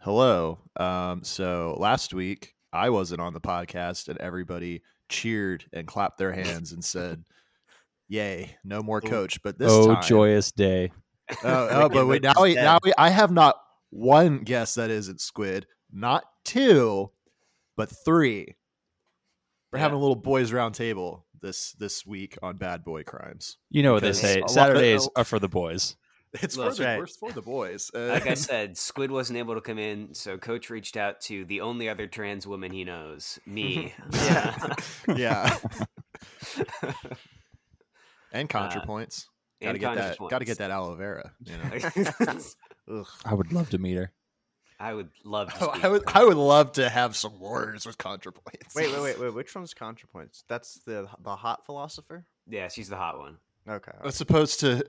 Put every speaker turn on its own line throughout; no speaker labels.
Hello. Um, so last week I wasn't on the podcast, and everybody cheered and clapped their hands and said, "Yay, no more coach!" But this
oh,
time,
joyous day!
Oh, oh, but we now we, now we, I have not one guess that isn't squid, not two, but three. We're having a little boys round table this this week on bad boy crimes.
You know what they
Because a
say.
lot of-
Saturdays are for the boys.
It's
Well,
for
that's
the,
right.
worst for the boys. Uh,
Like I said, Squid wasn't able to come in, so Coach reached out to the only other trans woman he knows, me.
Yeah. yeah. And
Uh,
contrapoints. Gotta
and
get
conscious
that. Gotta
ones.
get that aloe vera. You know. Ugh.
I would love to meet her.
I would love to.
Oh,
speak
I would.
with her.
I would love to have some words with contrapoints.
Wait, wait, wait, wait. Which one's ContraPoints? That's the the hot philosopher.
Yeah, she's the hot one.
Okay.
As opposed to.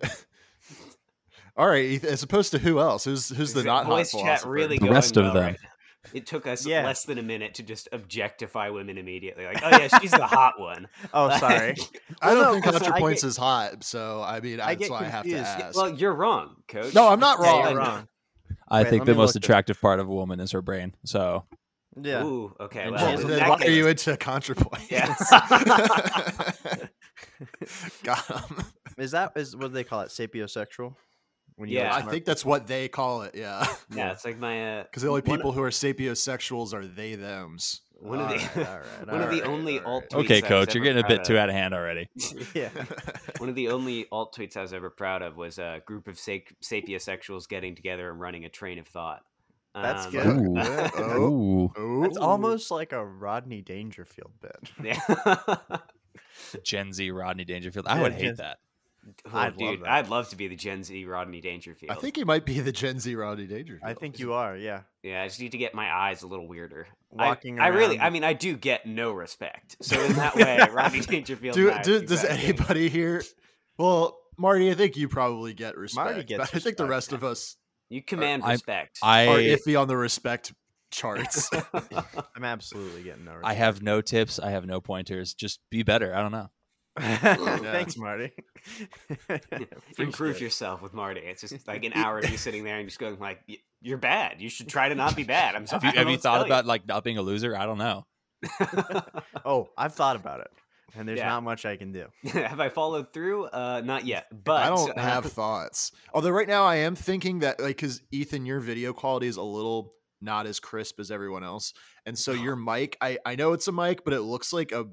All right. Ethan, As opposed to who else? Who's who's the
Is it
not
voice
hot
chat
philosopher?
really
The
going
rest of
well
them.
right now. it took us
Yeah.
less than a minute to just objectify women immediately. Like, oh yeah, she's the hot one.
Oh,
Like-
sorry.
I don't
Well, no,
think
'cause I
contrapoints
get-
is hot. So I mean,
I
that's
get
why I have to
confused.
ask.
Well, you're wrong, Coach.
no, I'm not
Yeah,
wrong.
you're
You're wrong.
I
Wait,
think
let
the
me look
most
this-
attractive part of a woman is her brain. So
Yeah.
Ooh, okay.
And
Well,
Well,
Well,
then
that
why
case-
are you into contrapoints?
Yeah.
Got 'em.
Is that is what do they call it? Sapiosexual. When
Yeah.
like
I
smart-
think that's what they call it. Yeah.
yeah, it's like my uh,
Because the only
One-
people who are sapiosexuals are they them's.
one of the
Alright, alright,
one of the
alright,
only
alright.
alt- Tweets
okay,
I was
coach,
ever
you're getting a
proud
bit too
of.
out of hand already.
Yeah.
One of the only alt tweets I was ever proud of was a group of sa- sapiosexuals getting together and running a train of thought.
That's
Um,
good.
Ooh.
Yeah. Oh.
Ooh,
Oh.
It's almost like a Rodney Dangerfield bit.
Yeah.
Gen Z Rodney Dangerfield. I
Yeah,
would hate
Gen-
that.
Oh,
I'd love
dude,
that.
I'd love to be the Gen Z Rodney Dangerfield.
I think he might be the Gen Z Rodney Dangerfield.
I think you are. Yeah.
Yeah, I just need to get my eyes a little weirder. I-
Walking
I,
around.
really, I mean, I do get no respect. So in that way, Rodney Dangerfield.
Do,
and I are
do-
two
does
bad things.
anybody here? Well, Marty, I think you probably get respect.
gets
but I think the
respect,
rest of us
You command
I-
respect.
are
I
iffy on the respect charts.
I'm absolutely getting no.
I have no tips. I have no pointers. Just be better. I don't know.
respect. Thanks, Marty.
improve
Appreciate it.
yourself with Marty. It's just like an hour of you sitting there and just going like, "Y- "You're bad. You should try to not be bad." I'm sorry.
Have you,
I don't
have you
know
thought
what
about like not being a loser? I don't know.
to tell
Oh, I've thought about it, and there's
Yeah.
not much I can do.
you. have I followed through? Uh, not yet. But
I don't
uh,
have thoughts. Although right now I am thinking that like cuz Ethan your video quality is a little not as crisp as everyone else. And so your mic, I I know it's a mic, but it looks like a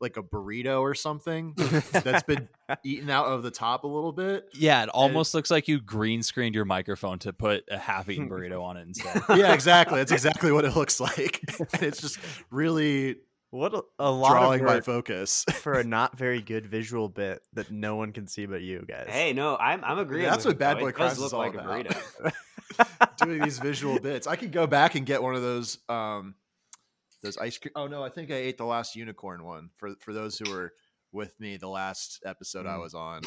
like a burrito or something that's been eaten out of the top a little bit.
Yeah, it almost looks like you green screened your microphone to put a half-eaten burrito on it instead.
Yeah, exactly. That's exactly what it looks like. And it's just really
What a, a lot of
drawing my
work
focus.
for a not very good visual bit that no one can see but you guys.
Hey, no, I'm I'm agreeing.
That's
with
what Bad
you, though.
Boy
It does
Crimes
look
is all
like a
about.
burrito.
Doing these visual bits. I could go back and get one of those um those ice cream. Oh no, I think I ate the last unicorn one for for those who were with me the last episode I
Mm.
was on.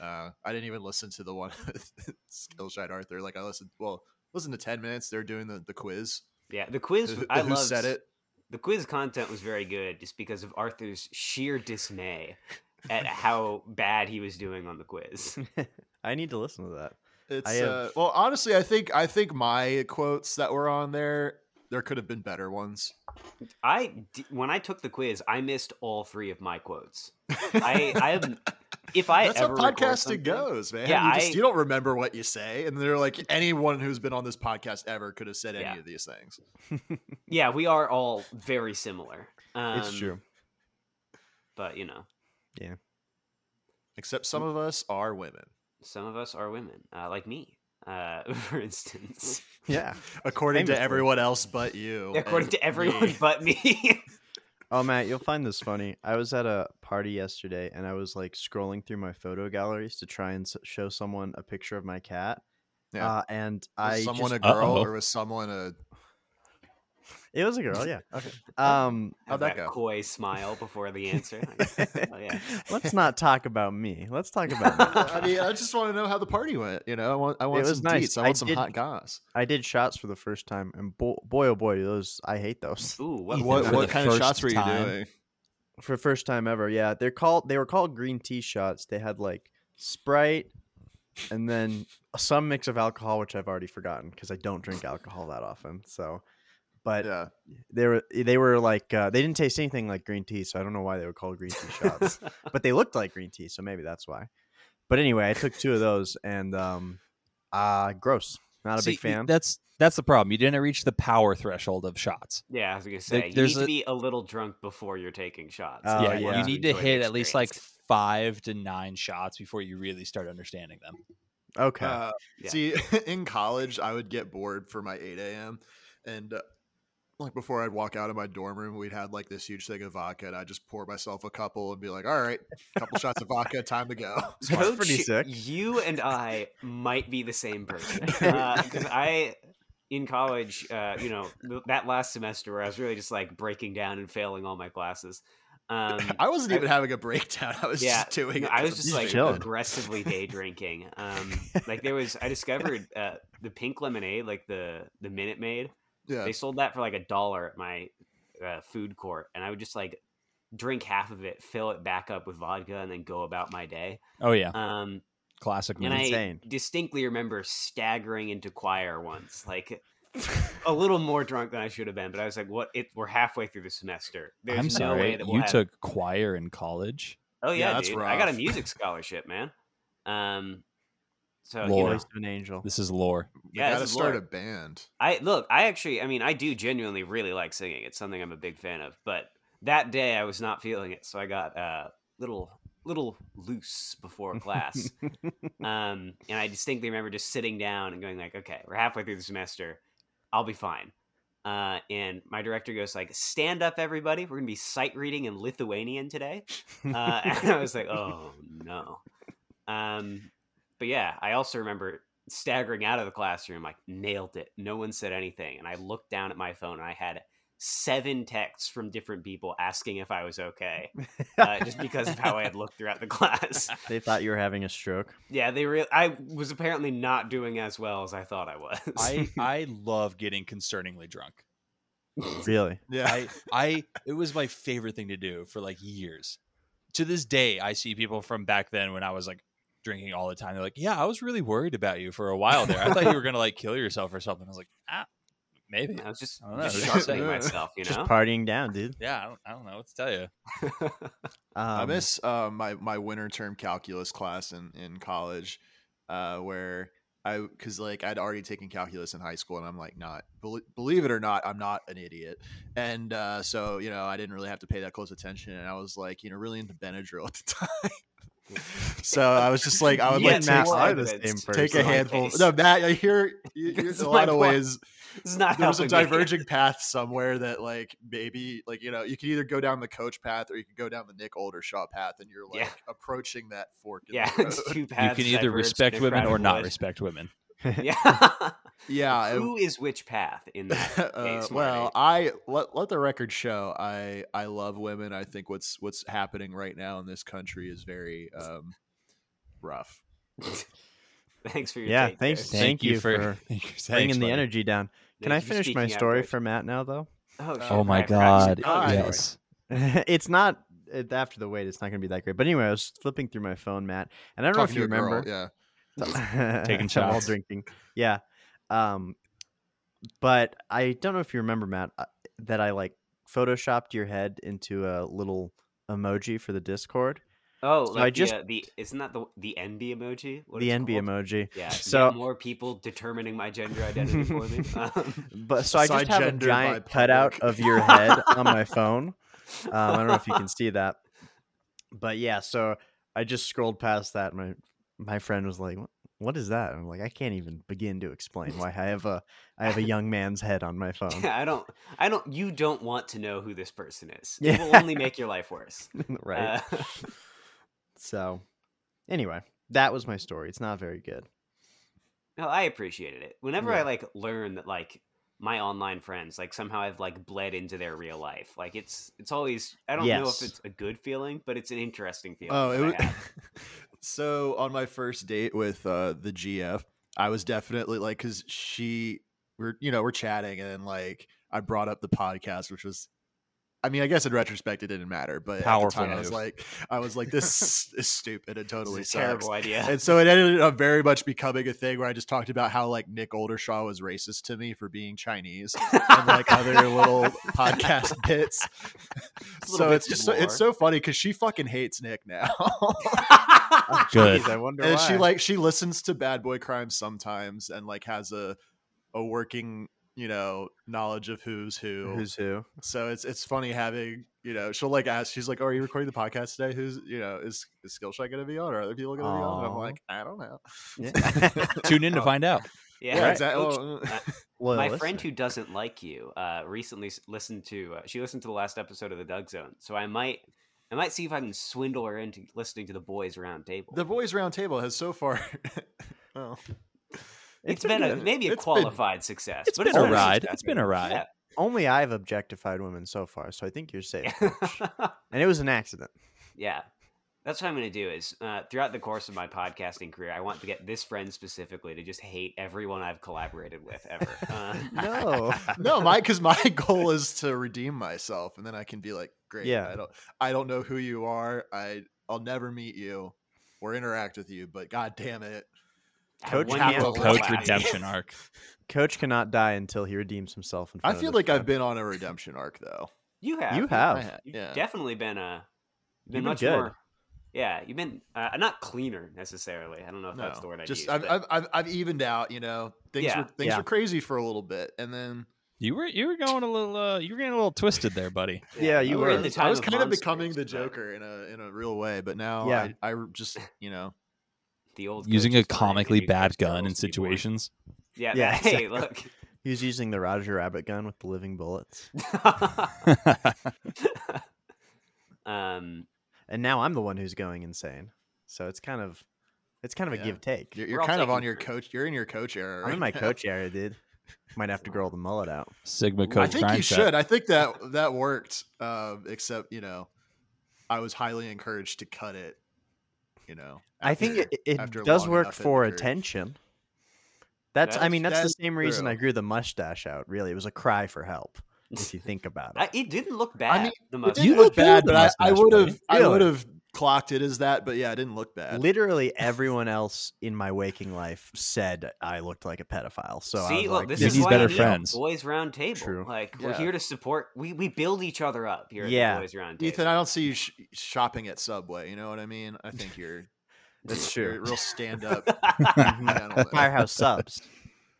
Uh, I didn't even listen to the one with Skillshine Arthur. Like I listened, well, listen to ten minutes. They're doing the, the quiz.
Yeah, the quiz.
Who-
I
who
loved,
said it?
The quiz content was very good, just because of Arthur's sheer dismay at how bad he was doing on the quiz.
I need to listen to that.
It's
have-
uh, well, honestly, I think I think my quotes that were on there, there could have been better ones.
I d- when I took the quiz, I missed all three of my quotes. I I am if I
That's how
ever record
podcasting
something-
goes, man.
Yeah,
you just
I-
you don't remember what you say, and they're like anyone who's been on this podcast ever could have said any
Yeah.
of these things.
Yeah, we are all very similar. Um,
it's true.
but you know,
Except some of us are women,
some of us are women, uh, like me, uh, for instance.
Yeah.
according to
Famously.
everyone else but you.
According
and
to everyone
me.
but me.
Oh, Matt, you'll find this funny. I was at a party yesterday and I was like scrolling through my photo galleries to try and s- show someone a picture of my cat.
Yeah.
Uh, and
Was
I
someone
just-
a girl
Uh-oh.
or was someone a
it was a girl, yeah. Okay. Um,
How'd
Have
that
that
go?
coy smile before the answer. Like, oh, yeah.
let's not talk about me. Let's talk about. me.
I mean, I just want to know how the party went. You know, I want, I want
was
some
nice.
deets. I
I
want some
did-
hot goss.
I did shots for the first time, and bo- boy, oh boy, do those I hate those.
Ooh, what,
Ethan, What- for what the kind of first shots were you time-
doing?
for first time ever. Yeah, they're called they were called green tea shots. They had like Sprite, and then some mix of alcohol, which I've already forgotten because I don't drink alcohol that often. So, but
yeah.
they were they were like uh, they didn't taste anything like green tea, so I don't know why they were called green tea shots. but they looked like green tea, so maybe that's why. But anyway, I took two of those, and um, uh gross. Not a
See,
big fan.
That's that's the problem. You didn't reach the power threshold of shots.
yeah, I was gonna
There-
say you
there's
need to
a-
be a little drunk before you're taking shots.
Oh,
yeah,
if want
yeah.
you need to
enjoy the
hit at least like
experience.
five to nine shots before you really start understanding them.
okay.
Uh,
Yeah.
See, in college, I would get bored for my 8 a.m. And uh, like before I'd walk out of my dorm room, we'd had like this huge thing of vodka, and I'd just pour myself a couple and be like, all right, couple shots of vodka, time to go.
That's
Coach,
pretty sick.
You and I might be the same person because I, in college, uh, you know, th- that last semester where I was really just like breaking down and failing all my classes. Um,
I wasn't
I-
even having a breakdown. I was
yeah,
just doing
no,
it.
I
'cause
was
I'm
just
just
like
chilling.
aggressively day drinking. Um, like there was, I discovered uh, the pink lemonade, like the the Minute Maid.
yeah.
They sold that for like a dollar at my uh, food court, and I would just like drink half of it, fill it back up with vodka, and then go about my day.
Oh yeah,
Um,
classic.
and
move.
I
Insane.
distinctly remember staggering into choir once, like a little more drunk than I should have been. But I was like, "What? It, we're halfway through the semester. There's
I'm
no way
sorry,
that we'll
you
have-
took choir in college.
Oh yeah,
Yeah, that's
dude. I got a
rough.
music scholarship, man. Um, so you
Lord.
know,
Voice of an angel.
This is lore.
We
yeah,
gotta
this is
start
Lord.
a band.
I look. I actually, I mean, I do genuinely really like singing. It's something I'm a big fan of. But that day, I was not feeling it, so I got uh, little little loose before class. um, and I distinctly remember just sitting down and going like, "Okay, we're halfway through the semester. I'll be fine." Uh, and my director goes like, "Stand up, everybody. We're gonna be sight reading in Lithuanian today." Uh, and I was like, "Oh no." Um, but yeah, I also remember staggering out of the classroom, like nailed it. No one said anything, and I looked down at my phone and I had seven texts from different people asking if I was okay, uh, just because of how I had looked throughout the class.
they thought you were having a stroke.
Yeah, they real. I was apparently not doing as well as I thought I was.
I I love getting concerningly drunk.
Really?
Yeah.
I I it was my favorite thing to do for like years. To this day, I see people from back then when I was like drinking all the time. They're like, "Yeah, I was really worried about you for a while there. I thought you were gonna like kill yourself or something." I was like, "Ah, maybe."
I was just,
I don't know,
just
who's
sharpening
saying?
myself, you
Just
know.
partying down, dude.
Yeah, I don't, I don't know what to tell you.
Um,
I miss uh, my my winter term calculus class in in college, uh, where I because like I'd already taken calculus in high school, and I'm like not bel- believe it or not, I'm not an idiot, and uh, so you know I didn't really have to pay that close attention, and I was like you know really into Benadryl at the time, so I was just like I would
You
like
and
take,
Matt
more
are the
evidence.
same
take
person.
a
in my
handful.
case.
No, Matt, I hear you- you're,
This
in
is
a
my
lot of
point.
ways
It's not
there's a
helping me.
diverging path somewhere that like maybe like you know you can either go down the coach path or you can go down the Nick Oldershaw path and you're like
Yeah.
approaching that fork. In
Yeah,
the road.
it's two
You
paths
can either
diverged
respect
in a
women
crowded
or not
wood.
respect women.
Yeah.
yeah. it-
Who is which path in that?
uh,
case,
well,
Marty.
I let, let the record show I I love women. I think what's what's happening right now in this country is very um rough.
thanks for your
Yeah,
take
thanks.
There.
Thank you for
bringing
bringing the energy down. Can
Thank
I
you for
finish my
speaking out,
story
Coach.
for Matt now, though?
Oh, shit,
Oh my
I forgot
god!
you
God.
said- oh,
Yes.
it's not it- after the wait. It's not going to be that great. But anyway, I was flipping through my phone, Matt, and I don't
Talking
know if you
to a girl,
remember.
yeah.
Taking
while
shots.
drinking. Yeah. Um, but I don't know if you remember, Matt, uh, that I like photoshopped your head into a little emoji for the Discord,
Oh,
So
like
I just-
the, uh, the isn't that the the NB emoji? What
the
it's
envy
called?
emoji.
Yeah.
So-
So more people determining my gender identity for me. Um,
But so I just
Assigned
have a
gender by
giant cutout
public.
of your head on my phone. Um, I don't know if you can see that, but yeah. So I just scrolled past that. And my my friend was like, "What- "What is that?" And I'm like, "I can't even begin to explain why I have a I have a young man's head on my phone."
I don't. I don't. You don't want to know who this person is. It will
Yeah.
only make your life worse.
right.
Uh,
So anyway, that was my story. It's not very good.
no, I appreciated it. Whenever I
Yeah.
like learn that like my online friends like somehow I've like bled into their real life. Like it's it's always I don't know if
Yes.
it's a good feeling, but it's an interesting feeling.
Oh,
that
it
I
was,
have.
so on my first date with uh, the GF, I was definitely like, because she, we're you know we're chatting, and then like I brought up the podcast, which was I mean, I guess in retrospect, it didn't matter, but at the
Powerful
time, I was
move.
like, I was like, this is stupid. It
This is
totally
a
sucks.
terrible idea.
And so it ended up very much becoming a thing where I just talked about how like Nick Oldershaw was racist to me for being Chinese and like other little podcast bits.
little
so
bits
it's just so,
more.
it's so funny because she fucking hates Nick now,
Oh,
Good.
jeez, I wonder
and she
why.
like she listens to Bad Boy Crime sometimes and like has a a working you know knowledge of who's who.
who's who?
so it's it's funny having you know she'll like ask she's like oh, are you recording the podcast today? Who's you know is, is Skillshare going to be on? Are other people going to be on? And I'm
Aw.
like I don't know.
Tune in to find out.
yeah,
Yeah,
right.
exactly.
Oops.
Well,
Well,
my
listen.
friend who doesn't like you uh, recently s- listened to uh, she listened to the last episode of the Doug Zone, so I might I might see if I can swindle her into listening to the boys round table.
The boys' roundtable has so far. oh,
it's been, a,
good.
maybe a
It's been-
qualified success.
it's
but
been
it's
a
been
ride.
success.
It's been a ride.
Yeah.
only I've objectified women so far, so I think you're safe. Coach.
Yeah.
and it was an accident.
That's what I'm going to do is uh, throughout the course of my podcasting career, I want to get this friend specifically to just hate everyone I've collaborated with ever. Uh,
No,
no, my because my goal is to redeem myself, and then I can be like, great.
Yeah.
I don't. I don't know who you are. I I'll never meet you or interact with you. But god damn it,
I
Coach
won
Campbell.
you over
Coach
last year.
redemption arc.
Coach cannot die until he redeems himself. In
I
front
feel
of this
like I've
crowd.
been on a redemption arc though.
You have.
You
I
have.
ha-
You've
yeah.
definitely been a been,
You've been
much
good.
more. Yeah, you've been uh, not cleaner necessarily. I don't know if that's the word I
just
used.
I've,
but-
I've, I've I've evened out. You know, things
Yeah.
were things
Yeah.
were crazy for a little bit, and then
You were you were going a little uh, you were getting a little twisted there, buddy.
Yeah, you
we
were.
I
in
was-
the
I
time
was kind of
monsters,
becoming the
but
Joker in a in a real way, but now
Yeah.
I, I just you know
The old
Using a
coach's line,
comically
"Can you coach
bad
the
gun in
girls to be born?"
situations.
Yeah.
Yeah,
that- Hey, look.
He was using the Roger Rabbit gun with the living bullets,
um,
and now I'm the one who's going insane. So it's kind of, it's kind of
Yeah.
a give take.
you're,
We're
you're
all
kind of
taking
on your
turns.
coach. You're in your coach era.
I'm
right
in my
now.
coach area, dude. Might have to grow the mullet out.
Sigma
I
Coach
I think
Crime
you
Shot.
should. I think that that worked. Uh, except you know, I was highly encouraged to cut it. You know,
I think
after-
it, it
after
does
long
work
enough in
for
the group.
attention. That's, I
That's-
mean, that's
that's
the same reason I
true.
grew the mustache out. Really, it was a cry for help. If you think about it,
I, it didn't look bad.
mean,
the
It
most.
didn't
You
look
look good
bad,
with a
but I- I
mustache,
would
buddy.
have I
Really?
would have clocked it as that. But yeah, it didn't look bad.
literally everyone else in my waking life said I looked like a pedophile. So I
See,
was
look,
like,
this
You
is
need
why
better
you need a
friends.
Boys round table.
True.
Like we're
Yeah.
here to support. We we build each other up here.
Yeah.
At the boys round table.
Ethan, I don't see you sh- shopping at Subway. You know what I mean? I think you're
That's
you're
true.
a real stand up. Mhm,
Firehouse subs,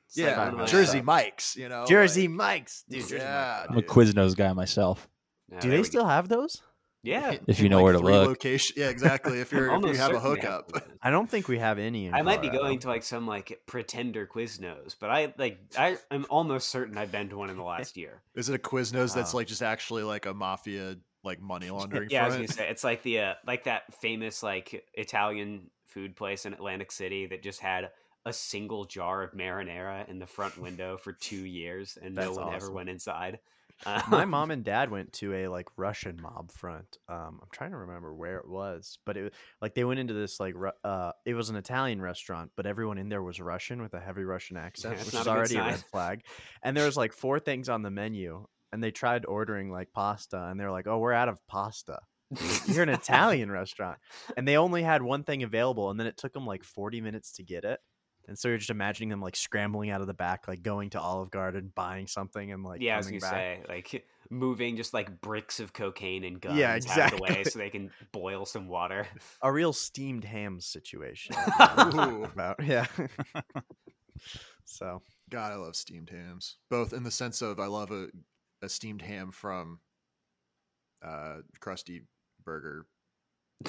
It's like
yeah,
one of those,
Jersey
uh,
Mike's. You know,
Jersey Mike's, dude.
Oh, Like,
Jersey
yeah,
I'm a
dude.
Quiznos guy myself.
yeah,
Do
uh, there
they
we go.
still have those?
Yeah.
If you know
Like
where to
three
look.
Location. Yeah, exactly. If you're if you
almost
have a
certain they have
hookup.
one.
I don't think we have any. in
I might be
Colorado.
going to like some like pretender Quiznos, but I like I am almost certain I've been to one in the last year.
Is it a Quiznos that's
Wow.
like just actually like a mafia like money laundering?
yeah, I was
front?
gonna say it's like the uh, like that famous like Italian food place in Atlantic City that just had a single jar of marinara in the front window for two years, and no
That's
one ever
awesome.
went inside. Um,
My mom and dad went to a like Russian mob front. Um, I'm trying to remember where it was, but it was like they went into this like Ru- uh, it was an Italian restaurant, but everyone in there was Russian with a heavy Russian accent,
that's
which
not
is
a good
already a
sign.
red flag. And there was like four things on the menu, and they tried ordering like pasta, and they were like, "Oh, we're out of pasta." You're an Italian restaurant, and they only had one thing available, and then it took them like 40 minutes to get it. And so you're just imagining them like scrambling out of the back, like going to Olive Garden, buying something, and like
yeah, I was
coming
gonna
back.
say like moving just like bricks of cocaine and guns
Yeah,
out of the way
exactly.
so they can boil some water.
a real steamed ham situation.
Ooh,
about yeah. so
God, I love steamed hams. Both in the sense of I love a, a steamed ham from uh crusty burger.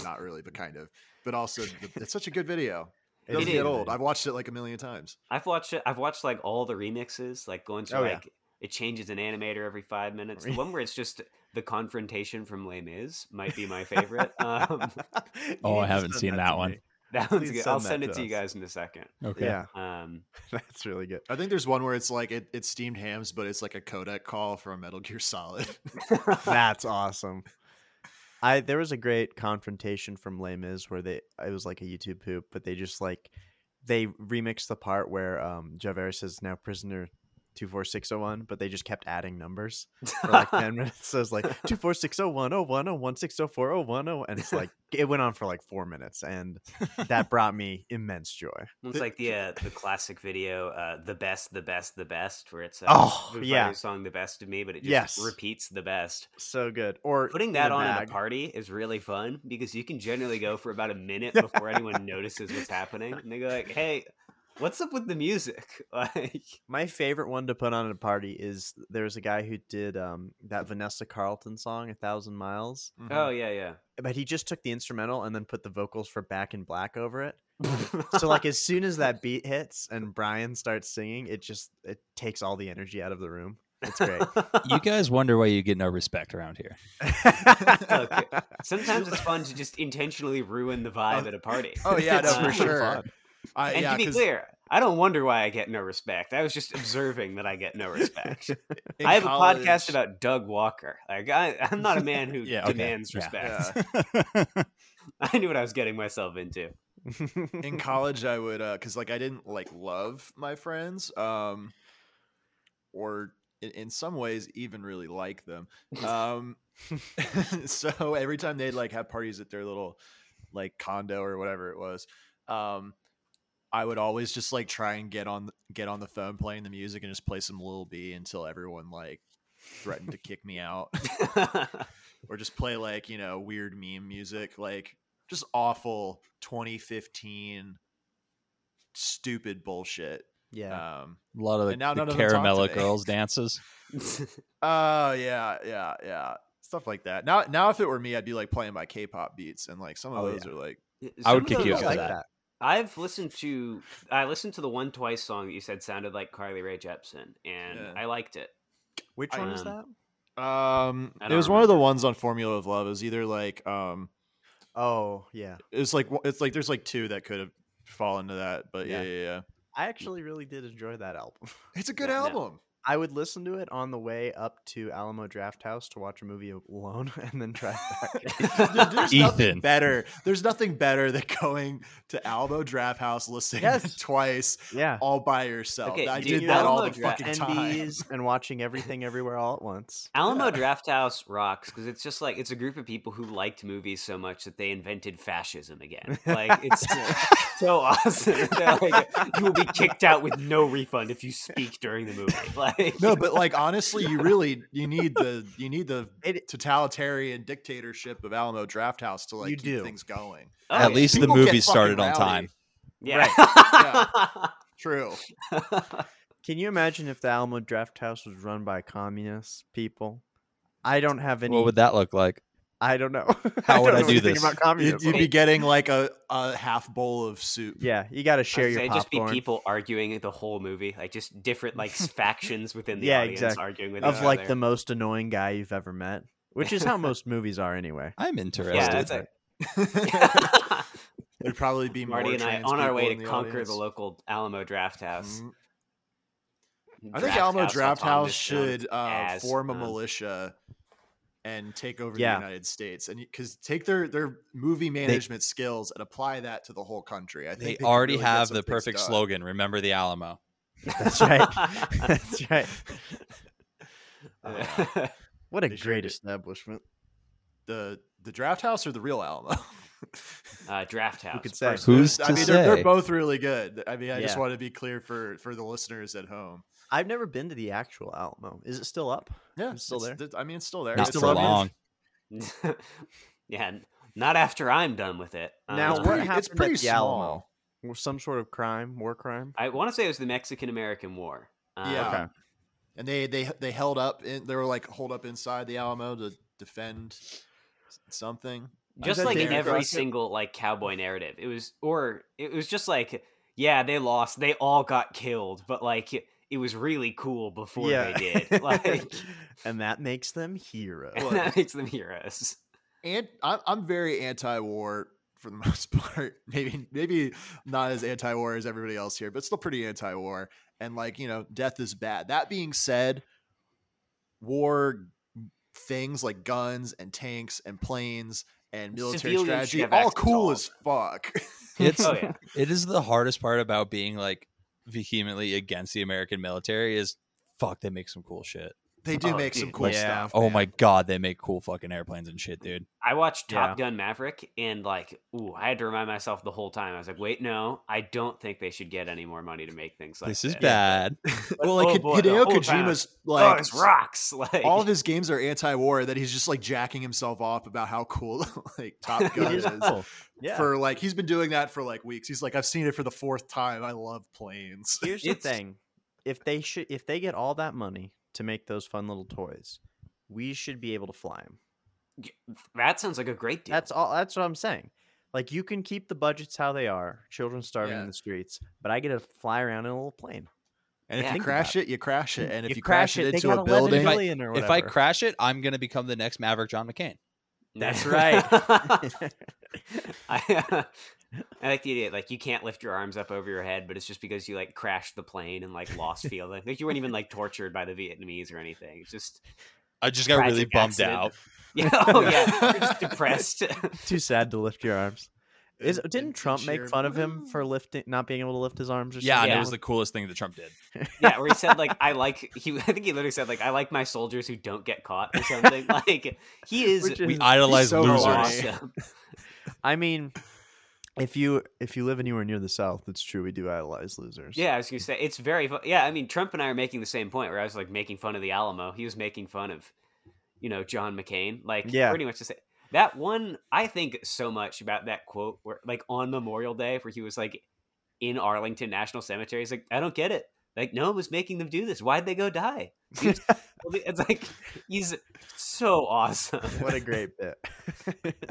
Not really, but kind of. But also, the, it's such a good video. It
is
doesn't get
is.
old. I've watched it like a million times.
I've watched it. I've watched like all the remixes, like going through
Oh, yeah.
like it changes an animator every five minutes. The
Re-
one where it's just the confrontation from Les Mis might be my favorite. Um,
You
Oh, I
need to
haven't
send
seen that
to
one.
me.
that one's
Please
good. I'll
send
send
that
it
to
to you
us.
guys in a second.
Okay.
Yeah,
Um,
that's really good.
I think there's one where it's like it, it's steamed hams, but it's like a codec call from Metal Gear Solid.
That's awesome. I there was a great confrontation from Les Mis where they it was like a YouTube poop, but they just like they remixed the part where um Javert says now prisoner two four six zero one, but they just kept adding numbers for like ten minutes. So it's like two four six zero one zero one zero one six zero four zero one zero, and it's like it went on for like four minutes, and that brought me immense joy.
It's like the uh, the classic video, uh, the best, the best, the best, where it's uh,
Oh,
Foo
yeah.
Fighters song, the best of me, but it just
Yes.
repeats the best.
So good. Or
Putting
in
that
a
on at
bag.
a party is really fun because you can generally go for about a minute before anyone notices what's happening, and they go like, "Hey, what's up with the music?" Like,
My favorite one to put on at a party is there's a guy who did um, that Vanessa Carlton song, A Thousand Miles,
Mm-hmm.
oh yeah, yeah.
but he just took the instrumental and then put the vocals for Back in Black over it. so like as soon as that beat hits and Brian starts singing, it just it takes all the energy out of the room. It's great.
you guys wonder why you get no respect around here.
Sometimes it's fun to just intentionally ruin the vibe at a party.
Oh yeah, no,
It's
for
really
sure.
fun.
I,
And
yeah,
to be
'cause
clear, I don't wonder why I get no respect. I was just observing that I get no respect.
in
I have
college-
a podcast about Doug Walker. Like I, I'm not a man who
Yeah, okay.
demands
Yeah.
respect. I knew what I was getting myself into.
in college i would uh because like i didn't like love my friends um or in, in some ways even really like them um so every time they'd like have parties at their little like condo or whatever it was um i would always just like try and get on get on the phone playing the music and just play some lil b until everyone like threatened to kick me out or just play like you know weird meme music like just awful 2015 stupid bullshit
yeah.
um
A lot of the,
And now
the
none of them talk
Caramella
to me.
girls dances.
oh yeah yeah yeah stuff like that now now if it were me i'd be like playing my k-pop beats and like some of
Oh,
those
yeah.
are like
I
Some
would
of
kick you
I
those-
out for
like
that.
that.
I've listened to I listened to the one twice song that you said sounded like Carly Rae Jepsen, and
Yeah.
I liked it.
Which
I-
one was that?
um,
um
I
it
don't
was one of the
remember.
ones on formula of love it was either like um
Oh yeah.
it was like it's like there's like two that could have fallen to that but yeah
Yeah.
yeah yeah,
I actually really did enjoy that album.
it's a good
Yeah, no.
album
I would listen to it on the way up to Alamo Draft House to watch a movie alone and then drive back.
Dude, there's nothing
Ethan.
better there's nothing better than going to albo draft house listening
Yes.
twice
yeah.
all by yourself.
Okay,
I
do
did
you
that
know
all
how
the
dra-
fucking time.
NDs and watching everything everywhere all at once.
Alamo Draft House rocks because it's just like it's a group of people who liked movies so much that they invented fascism again. Like it's so awesome. They're like, you will be kicked out with no refund if you speak during the movie. Like
No, but like honestly, you really you need the you need the
It-
totalitarian dictatorship of Alamo Draft House to like
You
keep
do.
things going.
Oh,
At
yeah.
least the
People get
movie
fucking
started on
rowdy.
time.
yeah.
True.
Can you imagine if the Alamo Draft House was run by communist people? I don't have any.
What would that look like?
I don't know.
How would
don't
I
know
do
anything
this?
About
You'd,
communism.
you'd be getting like a, a half bowl of soup.
yeah, you got to share
I'd
your
say just be
popcorn.
people arguing the whole movie, like just different like factions within the
Yeah,
audience
exact-
arguing with
of
each
like the
other.
most annoying guy you've ever met, which is how most movies are anyway.
I'm
yeah,
interested.
that's like,
There'd probably be more
Marty and I
trans
on our
people
way to
in
conquer the
audience.
local Alamo Draft House.
Mm. I think Alamo Draft House should uh, form a militia and take over
Yeah.
the United States, and because take their their movie management skills and apply that to the whole country. I think
They
could
already
really get
have
some
the
things
perfect
done.
slogan. Remember the Alamo.
That's right. That's right.
militia.
What a
They sure
great
do.
establishment.
The the draft house or the real Alamo?
uh, draft House.
could say?
personally.
Who's
I
to
mean, they're,
say?
they're both really good. I mean, I just
Yeah.
want to be clear for for the listeners at home.
I've never been to the actual Alamo. Is it still up?
Yeah,
It's still there?
th- I mean, it's still there.
Not
It's
for
still
still
love it.
long.
yeah, n- not after I'm done with it. Um,
Now,
It's
what
pretty,
happened
it's pretty
at the
small.
Alamo? Or Some sort of crime, war crime.
I want to say it was the Mexican American War. Um,
Yeah. And they they they held up. In, they were like holed up inside the Alamo to defend s- something.
just
that
like in
David
every
Crockett?
single like cowboy narrative it was or it was just like yeah they lost they all got killed but like it, it was really cool before they did like
and that makes them heroes.
and that makes them heroes
and I'm, I'm very anti-war for the most part. Maybe maybe not as anti-war as everybody else here, but still pretty anti-war. And like you know, death is bad. That being said, war things like guns and tanks and planes and military
Civilians should
strategy
have
all
access to
cool
all of
as fuck.
It's
oh yeah
it is the hardest part about being like vehemently against the American military is fuck, they make some cool shit.
They do
Oh,
make some
dude,
cool
yeah.
stuff.
Oh
man.
my god, they make cool fucking airplanes and shit, dude.
I watched Top Gun Maverick and like, ooh, I had to remind myself the whole time. I was like, wait, no, I don't think they should get any more money to make things like
this is
that.
bad.
Well, like
oh
Hid-
boy, the
Hideo
whole time.
Kojima's
oh,
like
it's rocks. Like
all of his games are anti-war. That he's just like jacking himself off about how cool like Top Gun is.
yeah.
For like he's been doing that for like weeks. He's like I've seen it for the fourth time. I love planes.
Here's the
It's-
thing: if they should, if they get all that money to make those fun little toys, we should be able to fly them.
that sounds like a great deal.
That's all. That's what I'm saying. Like you can keep the budgets how they are, children starving
Yeah.
in the streets, but I get to fly around in a little plane.
And if
Yeah.
you
Think
crash it, you crash it. And if you,
crash it, they
into
got
a
11
building,
million-
million or
If I
whatever.
crash it, I'm gonna become the next Maverick John McCain.
That's right.
I, I like the idea. Like you can't lift your arms up over your head, but it's just because you like crashed the plane and like lost feeling. Like you weren't even like tortured by the Vietnamese or anything. It's just
I just got really
Tragic
bummed
accident.
out.
yeah, oh yeah, you're just depressed.
Too sad to lift your arms. Is,
and- and-
didn't
and
Trump
share-
make fun of him for lifting, not being able to lift his arms? Or
Yeah, and
something?
it was the coolest thing that Trump did.
yeah, where he said like I like he. I think he literally said like I like my soldiers who don't get caught or something. Like he is.
Which
We uh
is-
idolize
so
losers.
awesome.
awesome.
I mean, if you if you live anywhere near the South, it's true we do idolize losers.
Yeah, I was gonna say it's very. Fu- yeah, I mean, Trump and I are making the same point where I was like making fun of the Alamo. He was making fun of, you know, John McCain. Like,
Yeah.
pretty much the same. That one, I think so much about that quote where, like, on Memorial Day, where he was like in Arlington National Cemetery. He's like, I don't get it. Like, no one was making them do this. Why'd they go die? He's- it's like he's so awesome. I
what a great bit.
think he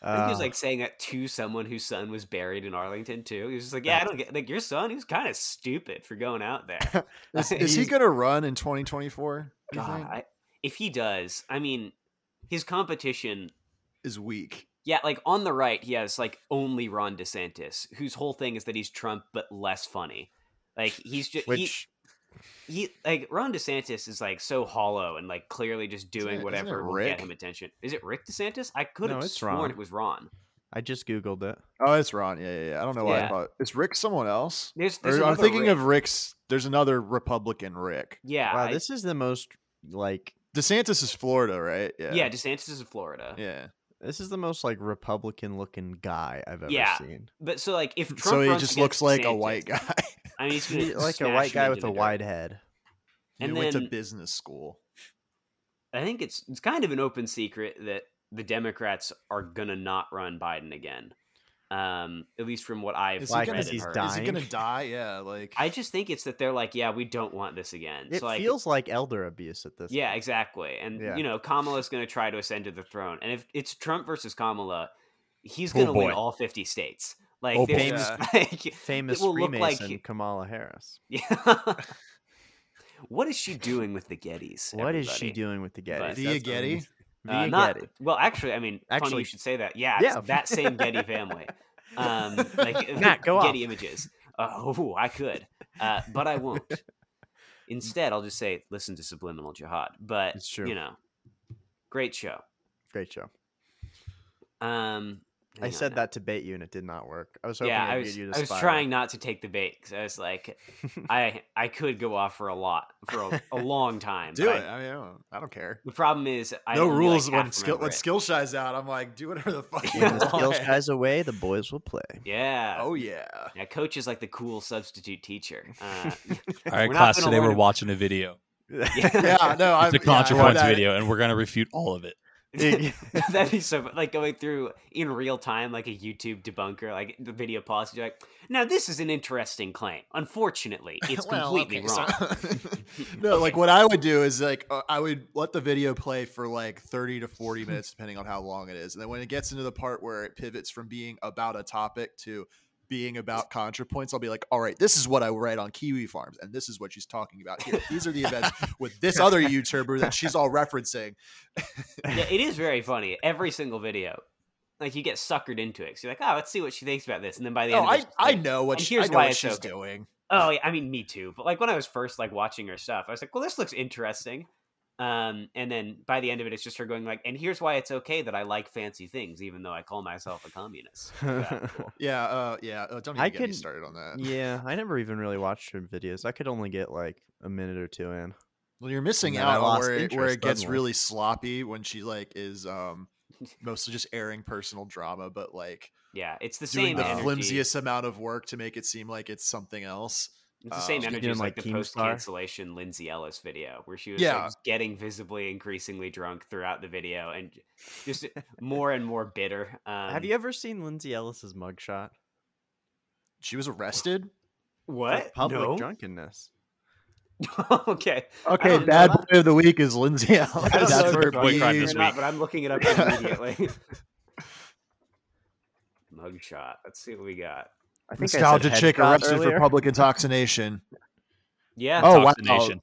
was
Uh,
like saying that to someone whose son was buried in Arlington too. He was just like, "Yeah, I don't get like your son. He was kind of stupid for going out there."
is, is he
He's-
going to run in 2024? do you
God,
think?
I, if he does, I mean, his competition,
Is weak.
yeah, like on the right, he has like only Ron DeSantis, whose whole thing is that he's Trump but less funny. Like he's just
which
he, he like Ron DeSantis is like so hollow and like clearly just
it-
doing
isn't it
whatever will get
Rick?
him attention. Is it Rick DeSantis? I could have
No, it's
sworn
Ron.
it was Ron.
I just googled it.
Oh, it's Ron. Yeah, yeah, yeah. I don't know why
Yeah.
I thought. Is Rick someone else?
There's,
Or
there's
I'm
another
thinking
Rick.
of Rick's. There's another Republican Rick.
yeah,
Wow,
I-
this is the most like
DeSantis is Florida, right?
yeah. DeSantis is in Florida.
Yeah.
this is the most like Republican looking guy I've ever
Yeah.
seen.
But so like if Trump
so he
runs
just
against
looks like a
DeSantis,
white guy.
I mean, he's gonna
He- like a
smash
white
him
guy
into
with
the
a
dirt.
wide head.
and
And
went to
then-
business school.
I think it's it's kind of an open secret that the Democrats are gonna not run Biden again. Um, at least from what I've
Is
he
read
gonna-
and
he's
heard.
Is he
dying?
gonna die? Yeah, like
I just think it's that they're like, yeah, we don't want this again.
It
so like,
feels like elder abuse at this.
yeah, exactly. And
Yeah.
you know, Kamala's gonna try to ascend to the throne, and if it's Trump versus Kamala, he's
Oh,
gonna win
boy.
all fifty states. Like,
Oh,
there's
boy.
just, like
Famous
will look like
Freemason
he-
Kamala Harris.
yeah. what is she doing with the Gettys?
What is she
everybody?
doing with the Getty?
But-
Via Getty.
Uh,
Via
not-
Getty.
Well, actually, I mean, funny
Actually-
you should say that. Yeah,
Yeah.
It's that same Getty family. Um, like
Matt, go
Getty
off.
images. Oh, I could, uh, but I won't. Instead, I'll just say listen to Subliminal Jihad. But
It's true.
you know, great show.
Great show.
Um,
I
hang on
said
now.
that to bait you, and it did not work. I was hoping
Yeah,
I'd
I
get
was.
you to
I was
spiral.
trying not to take the bait because I was like, I I could go off for a lot for a, a long time.
Do
but
it.
I-
I mean, I don't, I don't care.
the problem is, I
no
only, like,
rules when
half
skill
remember
when
it.
skill shy's out. I'm like, do whatever the fuck you
When the skills
want.
guys away, the boys will play.
Yeah.
Oh yeah.
Yeah, coach is like the cool substitute teacher. Uh,
All right,
We're not
class.
gonna
Today
learn
we're
ab-
watching a video.
Yeah, no, I'm
It's a
yeah, I heard
ContraPoints
that.
video, and we're gonna refute all of it.
That'd be so fun. like going through in real time, like a YouTube debunker, like the video pause. You're like, now this is an interesting claim. Unfortunately, it's
Well,
completely
okay, so-
wrong.
no, like what I would do is like uh, I would let the video play for like 30 to 40 minutes depending on how long it is. And then when it gets into the part where it pivots from being about a topic to being about contrapoints, I'll be like, "All right, this is what I read on Kiwi Farms and this is what she's talking about here. These are the events with this other YouTuber that she's all referencing."
yeah, it is very funny. Every single video, like you get suckered into it. So you're like, oh, let's see what she thinks about this, and then by the
No,
end, of it,
Oh, I
it's just
I
like,
know what
and
she, I
here's
know
why
what
it's
she's
okay.
doing.
Oh, yeah, I mean, me too. But like when I was first like watching her stuff, I was like, well, this looks interesting. Um, and then by the end of it, it's just her going like, "And here's why it's okay that I like fancy things, even though I call myself a communist." Yeah, cool.
Yeah, uh, yeah. Uh, don't even
I
get me
can-
started on that.
yeah, I never even really watched her videos. I could only get like a minute or two in.
Well, you're missing
then I
out on
lost
where it, where
interest
it gets
suddenly.
really sloppy when she like is um mostly just airing personal drama, but like
yeah, it's the
doing
same
the
energy.
flimsiest amount of work to make it seem like it's something else.
It's the same
Um,
energy
doing,
as like,
like,
the
Keemstar.
post cancellation Lindsay Ellis video, where she was like,
Yeah.
just getting visibly increasingly drunk throughout the video and just more and more bitter. Um,
Have you ever seen Lindsay Ellis's mugshot?
She was arrested.
For
what
public
No?
drunkenness.
okay,
Okay,
didn't know
bad
that.
boy of the week is Lindsay Ellis.
don't know
That's
if
her boy crime
Or
this
not,
week.
but I'm looking it up immediately. Mugshot. Let's see what we got.
I think
Nostalgia
I said
chick
headshot
arrested for
earlier.
public intoxication.
Yeah,
Oh, wow.
Toxination.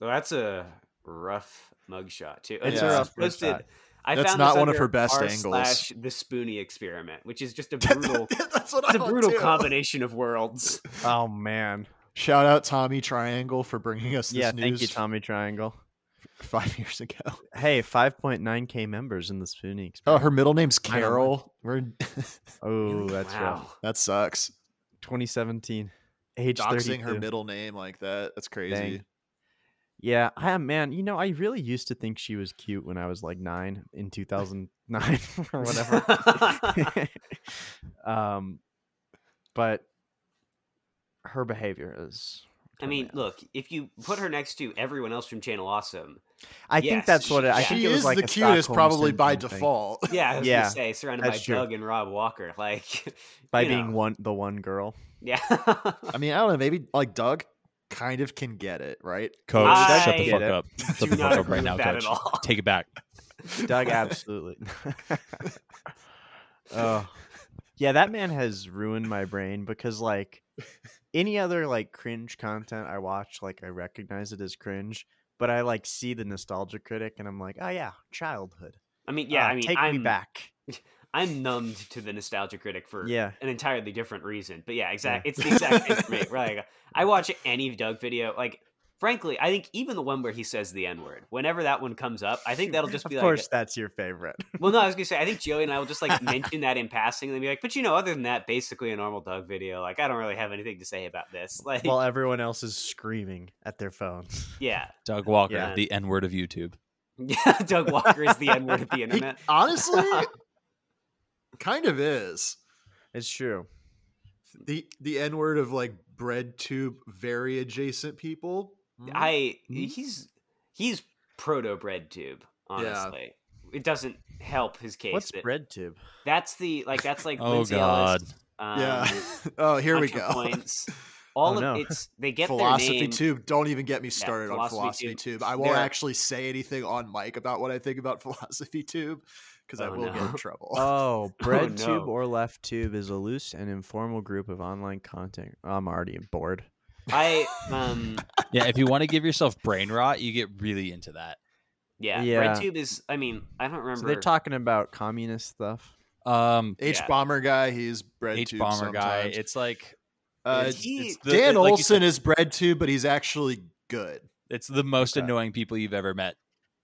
Well, that's a rough mugshot too.
It's
a
this
rough
was posted-
mugshot.
I
That's
found
not
this
one of
under
her best
r
angles.
Slash the Spoonie experiment, which is just a brutal,
That's what
it's a
want
brutal
too.
combination of worlds.
Oh man.
Shout out Tommy Triangle for bringing us this
yeah,
news
thank you, Tommy Triangle.
five years ago.
Hey, 5.9k members in the Spoonie
Oh,
Experience.
her middle name's
I don't know.
Carol. We're
Oh, that's
wow.
rough.
that sucks.
2017, age
Doxing
32.
her middle name like that. That's crazy.
yeah, I man, you know, I really used to think she was cute when I was like nine in 2009 or whatever. um, but her behavior is.
I mean,
totally off.
look, if you put her next to everyone else from Channel Awesome,
I
yes,
think that's what it, I
she
think
She
it was
is
like
the
a
cutest,
Stockholm
probably by
syndrome thing.
default.
yeah, I was
Yeah,
gonna say surrounded by
that's true.
Doug and Rob Walker, like
by
you
being
know.
one the one girl.
yeah.
I mean, I don't know. Maybe like Doug kind of can get it, right?
Coach,
I
shut the
get
fuck
it.
up.
Do
Shut the
not
fuck up
agree
right now,
with that
Coach.
at all.
Take it back.
Doug, absolutely. oh, yeah, that man has ruined my brain because like any other like cringe content I watch, like I recognize it as cringe, but I like see the nostalgia critic and I'm like, oh yeah, childhood.
I mean, yeah,
Ah,
I mean,
take
I'm
me back.
I'm numbed to the nostalgia critic for
Yeah,
an entirely different reason. But yeah, exactly. It's the exact thing for me. Right. I watch any Doug video. Like, frankly, I think even the one where he says the N word, whenever that one comes up, I think that'll just
of
be
course
like,
that's your favorite.
well, no, I was going to say, I think Joey and I will just like mention that in passing and then be like, but you know, other than that, basically a normal Doug video. Like, I don't really have anything to say about this. Like,
While everyone else is screaming at their phones.
yeah.
Doug Walker,
Yeah.
the N word of YouTube.
Yeah. Doug Walker is the N word of the
He
internet.
honestly kind of is.
It's true.
The the N word of like bread tube very adjacent people. Mhm.
I
Mhm.
he's he's proto bread tube, honestly. It doesn't help his case.
What's
that-
BreadTube?
That's the like that's like
Oh,
Lindsay
God.
Ellis. Um,
yeah. oh, here we
Contra
go.
Points. All
Oh,
of
no.
it's they get their
philosophy
name.
tube. Don't even get me started on
Philosophy
philosophy
Tube.
tube. I won't
They're-
actually say anything on mic about what I think about philosophy tube because I
Oh,
will get
no.
in trouble.
Oh, BreadTube
no.
or LeftTube is a loose and informal group of online content. I'm already bored.
I um
Yeah, if you want to give yourself brain rot, you get really into that.
yeah,
Yeah.
Red tube is I mean I don't remember.
So they're talking about communist stuff.
Um,
H
yeah.
bomber guy, he's bread
H
tube.
bomber guy.
sometimes.
It's like
Uh,
Is he-
it's the-
Dan
like you
Olson
said,
is bread tube, but he's actually good.
it's the most
Okay.
annoying people you've ever met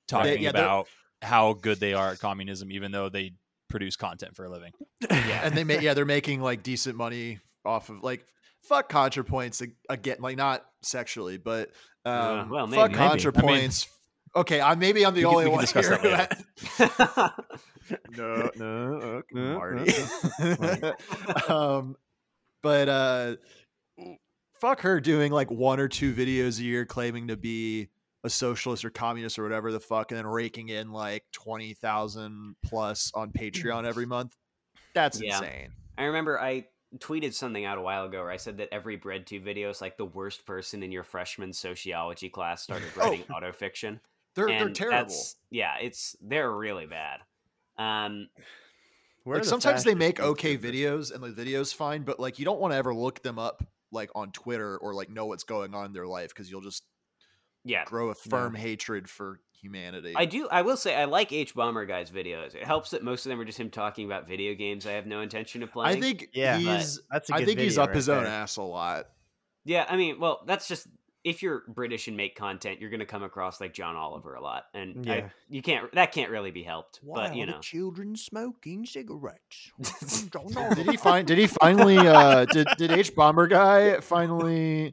talking
yeah, they're-
about how good they are at communism, even though they produce content for a living.
Yeah, and they make yeah they're making like decent money off of like fuck contrapoints ag- again, like not sexually, but um,
Yeah, well,
fuck
maybe.
Maybe.
contrapoints. okay, I maybe I'm the
We can-
only
we can
one
discuss
here.
that
who
later.
had-
No, Uh, no, uh,
Mm, mm, mm. um, but uh, fuck her doing like one or two videos a year claiming to be a socialist or communist or whatever the fuck, and then raking in like twenty thousand plus on Patreon every month. That's
Yeah.
insane.
I remember I tweeted something out a while ago where I said that every bread tube video is like the worst person in your freshman sociology class
Oh.
started writing autofiction.
They're they're
And
terrible.
that's- Yeah, it's they're really bad. Um
Where are
Like
the
sometimes they
fascist
make okay
YouTubers?
videos and the videos fine, but like you don't want to ever look them up like on Twitter or like know what's going on in their life because you'll just
yeah,
grow a firm hatred for humanity.
I do. I will say I like H Bomber guy's videos. It helps that most of them are just him talking about video games. I have no intention of
I
playing.
think
Yeah, but
he's
That's a
I
good
think he's
video
up
right
his own
there.
ass a lot.
Yeah, I mean, well, that's just if you're British and make content, you're going to come across like John Oliver a lot, and I-
Yeah.
you can't that can't really be helped. but you know,
children smoking cigarettes?
did he find? Did he finally? Uh, did did H bomber guy finally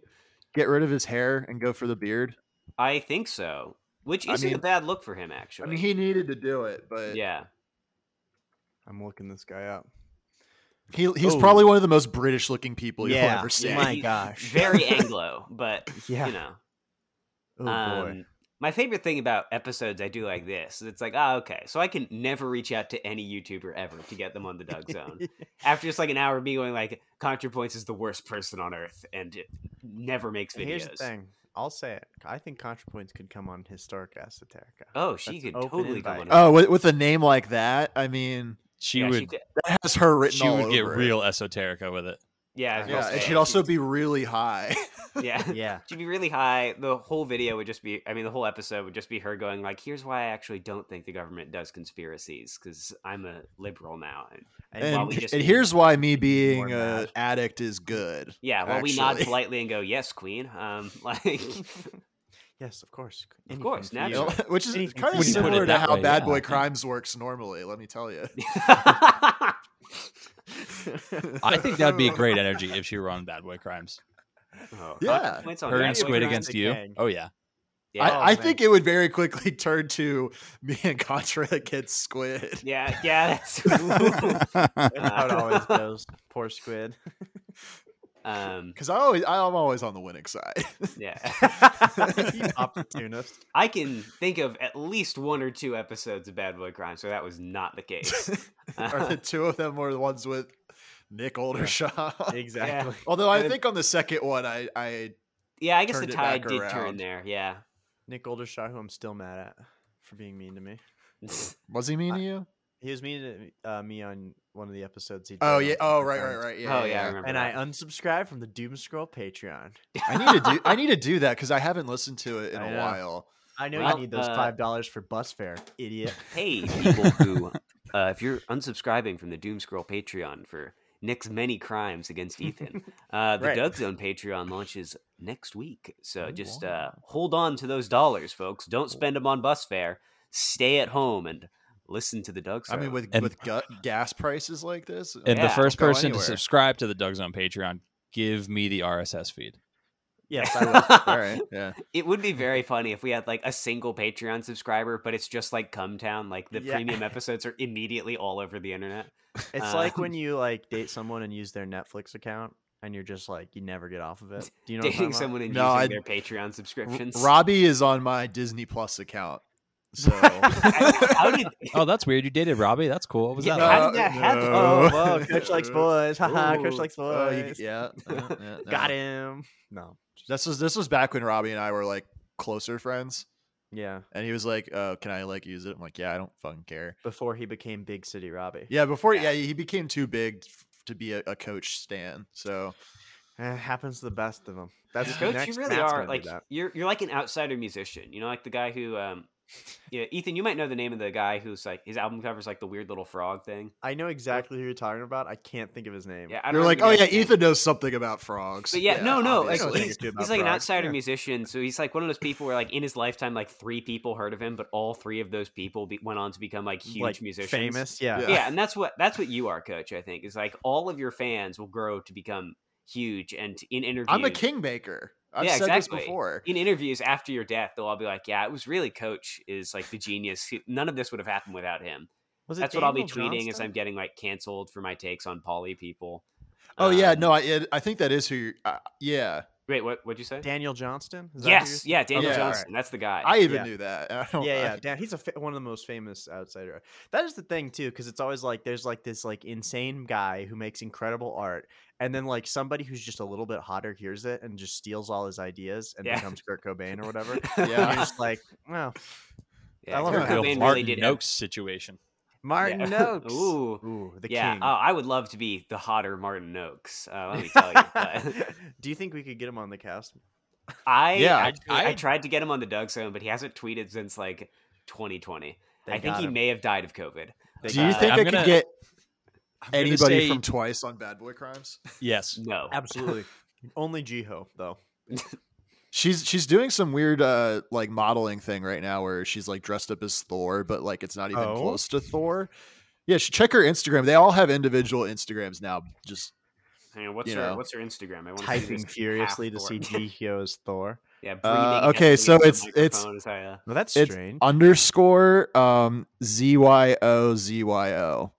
get rid of his hair and go for the beard?
I think so. Which
I
isn't a
mean-
bad look for him,
I
actually.
mean, he needed to do it, but
yeah,
I'm looking this guy up.
he he's
Oh.
probably one of the most British looking people you'll
Yeah,
ever see.
yeah,
my
he's
gosh.
very Anglo, but
Yeah.
you know,
oh boy.
um, my favorite thing about episodes I do like this is it's like, ah, okay, so I can never reach out to any YouTuber ever to get them on the Doug Zone. After just like an hour of me going like, ContraPoints is the worst person on earth and it never makes videos.
Here's the thing. I'll say it. I think ContraPoints could come on his Starcast Attack.
Oh, she
That's
could
open
totally come
invite.
on.
Oh, with, with a name like that, I mean,
She
yeah,
would.
could-
that has her written
She
all
would get
over it.
real esoterica with it.
yeah, I was gonna
Yeah,
say,
it
she
should also
would-
be really high.
Yeah,
Oh, Yeah.
she'd be really high. The whole video would just be, I mean, the whole episode would just be her going like, "Here's why I actually don't think the government does conspiracies because I'm a liberal now." And while
and,
we just
and
need
here's why me
more
being an
mad.
addict is good.
yeah, while we nod
Actually.
politely and go, "Yes, Queen," um, like
yes, of course.
Of course,
for you.
You know,
naturally.
which is
Anything
kind
for
of
you.
similar to
that
how
way,
Bad
yeah.
Boy Crimes works normally. Let me tell you.
I think that'd be great energy if she were on Bad Boy Crimes.
Oh,
Yeah.
consequence on
Her
that
and
Bad Boy
Squid
Crimes
against
the
you.
gang.
Oh yeah.
Yeah. Oh,
I, I
man.
think it would very quickly turn to me and Contra against Squid.
yeah, yeah, that's.
That's how it always goes. Poor Squid.
um,
Because I always, I'm always on the winning side.
yeah,
Opportunist.
I can think of at least one or two episodes of Bad Boy Crime, so that was not the case.
Or the two of them were the ones with Nick Oldershaw.
Exactly.
Although I
And-
think on the second one, I, I
yeah, I guess the
Turned it
tide
back
did turn
around.
there. Yeah.
Nick Oldershaw, who I'm still mad at for being mean to me.
Oh,
was he mean to you?
He was mean to uh, me on one of the episodes. He
Oh
did on
yeah. Oh
Secret
right, right,
Crimes.
right. Yeah.
oh yeah, I
yeah.
remember.
And I
that.
unsubscribed from the Doom Scroll Patreon.
I need to do. I need to do that because I haven't listened to it in
I
a
know.
while.
I know
Well,
you need those
uh,
five dollars for bus fare, idiot.
hey people who, uh, if you're unsubscribing from the Doom Scroll Patreon for Nick's many crimes against Ethan, uh, the
Right. Oh,
Doug Zone Patreon launches next week. So just uh, hold on to those dollars, folks. Don't spend them on bus fare. Stay at home and listen to the Doug Zone.
I mean, with
And-
with gut, gas prices like this,
And
Yeah,
the first
don't go
person to
anywhere.
subscribe to the Doug Zone Patreon, give me the RSS feed.
Yes, I will.
all right, yeah.
It would be very funny if we had like a single Patreon subscriber, but it's just like Come Town. Like the
Yeah.
premium episodes are immediately all over the internet.
It's like when you like date someone and use their Netflix account, and you're just like you never get off of it. Do you know what
dating
I'm talking about?
someone and
No,
using
I'd-
their Patreon subscriptions.
Robbie is on my Disney Plus account, so
How did
Oh, that's weird. You dated Robbie. That's cool. What was
Yeah,
that?
how
like?
did that happen?
Oh, whoa, Coach likes boys. Haha, Coach
Ooh.
likes boys.
Oh, you, yeah, yeah, yeah,
Got
yeah.
him. No.
This was this was back when Robbie and I were like closer friends,
Yeah.
and he was like, "Oh, can I like use it?" I'm like, "Yeah, I don't fucking care."
Before he became Big City Robbie.
Yeah, before yeah, he became too big f- to be a, a coach Stan. So
Eh, happens to the best of them. That's
Coach,
next,
you really
Matt's gonna
are
do
like
that.
you're you're like an outsider musician. You know, like the guy who um yeah, Ethan, you might know the name of the guy who's like his album covers like the weird little frog thing.
I know exactly who you're talking about. I can't think of his name.
Yeah, I
you're
don't
like,
even
"Oh
know
yeah,
his name."
Ethan knows something about frogs."
But yeah, no, no, like,
obviously.
he's, he's like an outsider musician, so he's like one of those people where like in his lifetime, like three people heard of him, but all three of those people be- went on to become like huge
like,
musicians,
Famous. Yeah.
Yeah.
Yeah. and that's what that's what you are, Coach. I think is like all of your fans will grow to become huge, and in interviews,
I'm a kingmaker. I've
Yeah,
said
exactly.
this before.
in interviews after your death, they'll all be like, "Yeah, it was really Coach is like the genius. who- None of this would have happened without him."
Was it
That's what I'll be
Daniel
tweeting as
Johnston?
I'm getting like canceled for my takes on poly people.
Oh yeah,
Um,
no, I it, I think that is who. You're, uh, yeah,
Wait, what? What'd you say?
Daniel Johnston? Is that who you're-
yes, yeah, Daniel
Okay, all right.
Johnston. That's the guy.
I even
yeah.
knew that. I don't,
Yeah,
I-
yeah. Dan, he's a fa- one of the most famous outsider. That is the thing too, because it's always like there's like this like insane guy who makes incredible art, and then like somebody who's just a little bit hotter hears it and just steals all his ideas and
Yeah.
becomes Kurt Cobain or whatever. And
Yeah.
you're just like, well,
yeah,
I love
Kurt
how
Cobain really
Martin
did. ev-
Noakes situation.
Martin
yeah.
Noakes.
Ooh.
Ooh, the
yeah.
king.
Oh, I would love to be the hotter Martin Noakes. Uh, let me tell you. But
Do you think we could get him on the cast?
I,
Yeah,
yeah, I,
I-
tried to get him on the Doug Zone, but he hasn't tweeted since like 2020.
They
I think
got
he
him.
may have died of COVID.
They
Do
got
you
Uh,
him.
think
I'm
I could
gonna-
get
I'm gonna
anybody
say
from Twice on Bad Boy Crimes?
yes.
No.
Absolutely. Only Jiho though.
She's she's doing some weird uh like modeling thing right now where she's like dressed up as Thor, but like it's not even
Oh.
close to Thor. Yeah, she, check her Instagram. They all have individual Instagrams now. Just
Hang on, what's
You
her
know,
what's her Instagram? I want
Typing furiously to see Gihyo as Thor.
yeah,
Uh,
breathing
okay,
heavily
so
into the
it's- it's-
microphone is how, uh,
Well, that's
It's-
strange.
underscore um Z Y O Z Y O,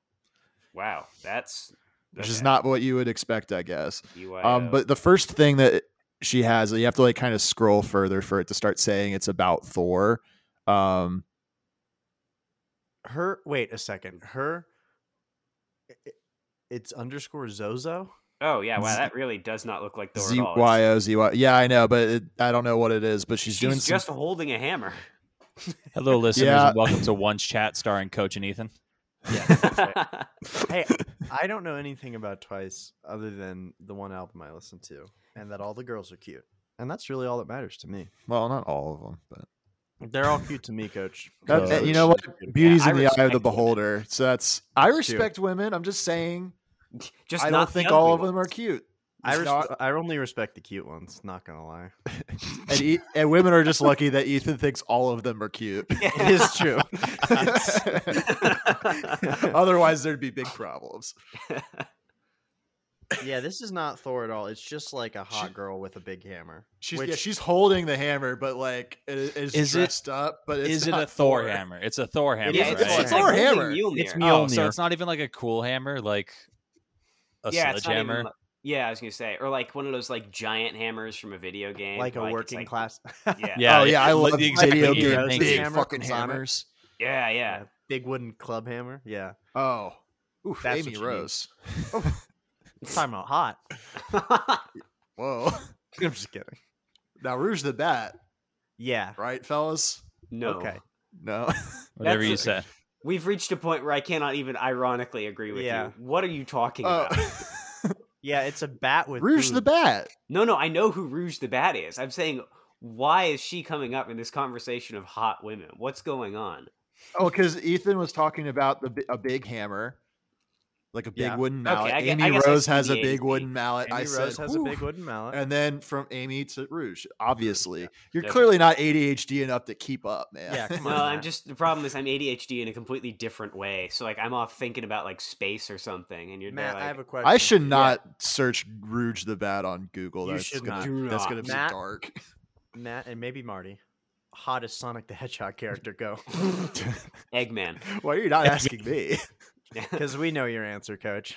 wow, that's
which is
okay,
not what you would expect, I guess.
BYO.
Um, but the first thing that she has, you have to like kind of scroll further for it to start saying it's about Thor. Um,
Her wait a second. Her i- i- it's underscore Zozo.
oh yeah, wow,
Z-
that really does not look like Thor
Z
at all. It's-
Y O Z Y. Yeah, I know, but it, I don't know what it is. But she's,
She's
doing some
just holding a hammer.
Hello, listeners,
Yeah.
and welcome to Once Chat starring Coach and Ethan.
Hey, I don't know anything about Twice other than the one album I listened to, and that all the girls are cute, and that's really all that matters to me.
Well, not all of them, but
They're all cute to me, Coach.
That-
Coach.
you know what? beauty's
I
in the eye of
respect
the
women.
beholder. So that's I
That's true.
respect women. I'm just saying
just
I
not
don't
the
think
ugly
all of them are
ones.
cute.
I,
It's
res-
not-
I only respect the cute ones. Not gonna lie,
and, e- and women are just lucky that Ethan thinks all of them are cute.
it is true.
Otherwise, there'd be big problems.
yeah, this is not Thor at all. It's just like a hot girl with a big hammer.
She's
which-
yeah, she's holding the hammer, but like it is it's
Is it-
dressed up. But it's
Is it
not
a Thor hammer? It's a Thor hammer,
yeah,
right?
Yeah,
it's,
it's
it's
like
like
Thor hammer.
holding Mjolnir.
It's
oh, so
Mjolnir.
it's not even like a cool hammer, like a
it's not even
sledgehammer.
like- yeah, I was gonna say, or like one of those like giant hammers from a video game,
like a
it's
working
like-
class.
Yeah, yeah,
Yeah,
oh yeah, I love
exactly
video
yeah,
game
thank
big
you.
hammer
fucking
from Sonic.
hammers.
yeah,
yeah, big wooden club hammer. Yeah,
Oh, Oof,
That's
Amy
what you need.
Rose.
it's talking about hot.
Whoa,
I'm just kidding.
now Rouge the Bat,
Yeah.
right, fellas?
no.
Okay.
No,
Whatever
That's
you
a-
said.
We've reached a point where I cannot even ironically agree with
Yeah.
you. What are you talking about?
oh,
Yeah, it's a bat with
Rouge the
boobs.
Bat.
No, no, I know who Rouge the Bat is. I'm saying, why is she coming up in this conversation of hot women? What's going on?
Oh, because Ethan was talking about the bi- a big hammer, like a big
Yeah.
wooden
Okay,
mallet.
I gue- I
Amy
guess I
Rose
see
has
the
a big
Amy.
wooden mallet.
Andy
I said,
Rose has a
"Whew."
big wooden mallet.
And then from Amy to Rouge, obviously, you're
Okay.
clearly not ADHD enough to keep up, man.
Yeah, come
No,
on.
I'm
Matt.
just the problem is I'm ADHD in a completely different way. So like I'm off thinking about like space or something, and you're there,
Matt,
like,
I have a question.
I should
Yeah.
not search Rouge the Bat on Google.
You
That's
should
gonna,
not.
That's
Do
gonna be
not. Matt-
dark.
Matt and maybe Marty. Hottest Sonic the Hedgehog character go.
Eggman.
Why are you not asking me?
Because we know your answer, Coach.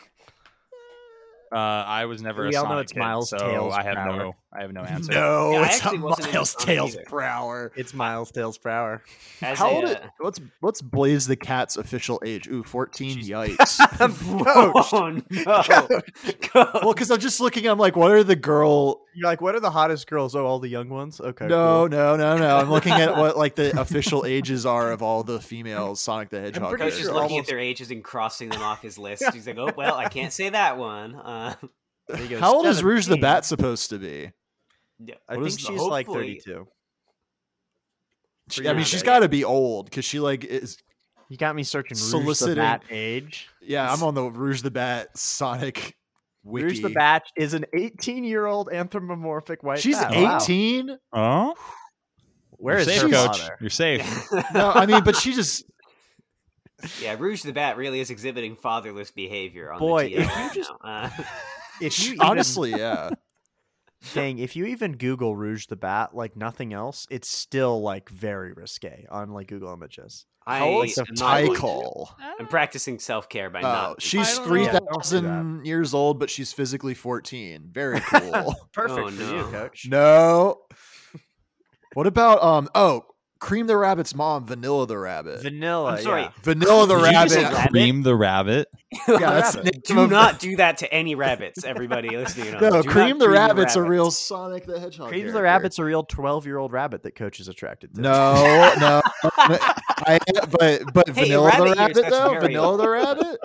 Uh, I was never.
We
a
all know
Sonic
it's
kid,
Miles'
so
Tails
I have
power.
no. I have no answer.
No,
Yeah, I
it's
actually
not
wasn't into
Miles
Sonic
Tails
either.
per hour.
It's Miles Tails per hour.
As
How
a,
old? Is,
uh,
what's what's Blaze the Cat's official age? Ooh, fourteen.
Jeez.
Yikes.
Oh no!
well, because I'm just looking. I'm like, what are the girl?
You're like, what are the hottest girls? Oh, all the young ones? Okay.
No, no, no, no. I'm looking at what like the official ages are of all the female Sonic the Hedgehog.
pretty
Coach is
characters.
looking
sure
at their ages and crossing them off his list. He's like, "Oh well, I can't say that one." Uh,
cool. He goes,
How old is
17.
Rouge the Bat supposed to be?
I
What
think
is-
she's like
hopefully-
32.
She- I mean,
Yeah.
she's got to be old because she like is.
You got me searching Rouge the
Soliciting-
Bat age.
Yeah, I'm on the Rouge the Bat Sonic. Wiki.
Rouge the Bat is an 18 year old anthropomorphic white
She's
bat. Wow.
18.
Oh,
Where
You're
is
safe,
her
coach?
father?
You're safe.
No, I mean, but she just
yeah, Rouge the Bat really is exhibiting fatherless behavior. On
Boy,
the TL
if you
right
just-
now. Uh,
If you
honestly, yeah.
even, dang, if you even Google Rouge the Bat, like nothing else, it's still like very risque on like Google Images.
I
How old's
am not
Ty
going to-
Cole?
I'm practicing self care by
Oh,
not.
she's
I don't
three
know. Yeah, don't do that.
thousand years old, but she's physically fourteen. Very cool. Oh,
Perfect for you, no.
coach.
no. What about um? Oh, Cream the Rabbit's mom, Vanilla the Rabbit.
Vanilla.
I'm sorry.
yeah.
Vanilla the
Did you just say
Rabbit.
cream the rabbit.
Yeah, that's the name
do
of the-
not do that to any rabbits, everybody listening. at home.
No,
Do not
Cream the Rabbit's a
rabbits.
real Sonic the Hedgehog.
Cream the
character.
Rabbit's a real 12 year old rabbit that coach is attracted to.
No, no. I, but but
Hey,
Vanilla
rabbit
the
ears,
Rabbit
that's
though.
very-
Vanilla the Rabbit.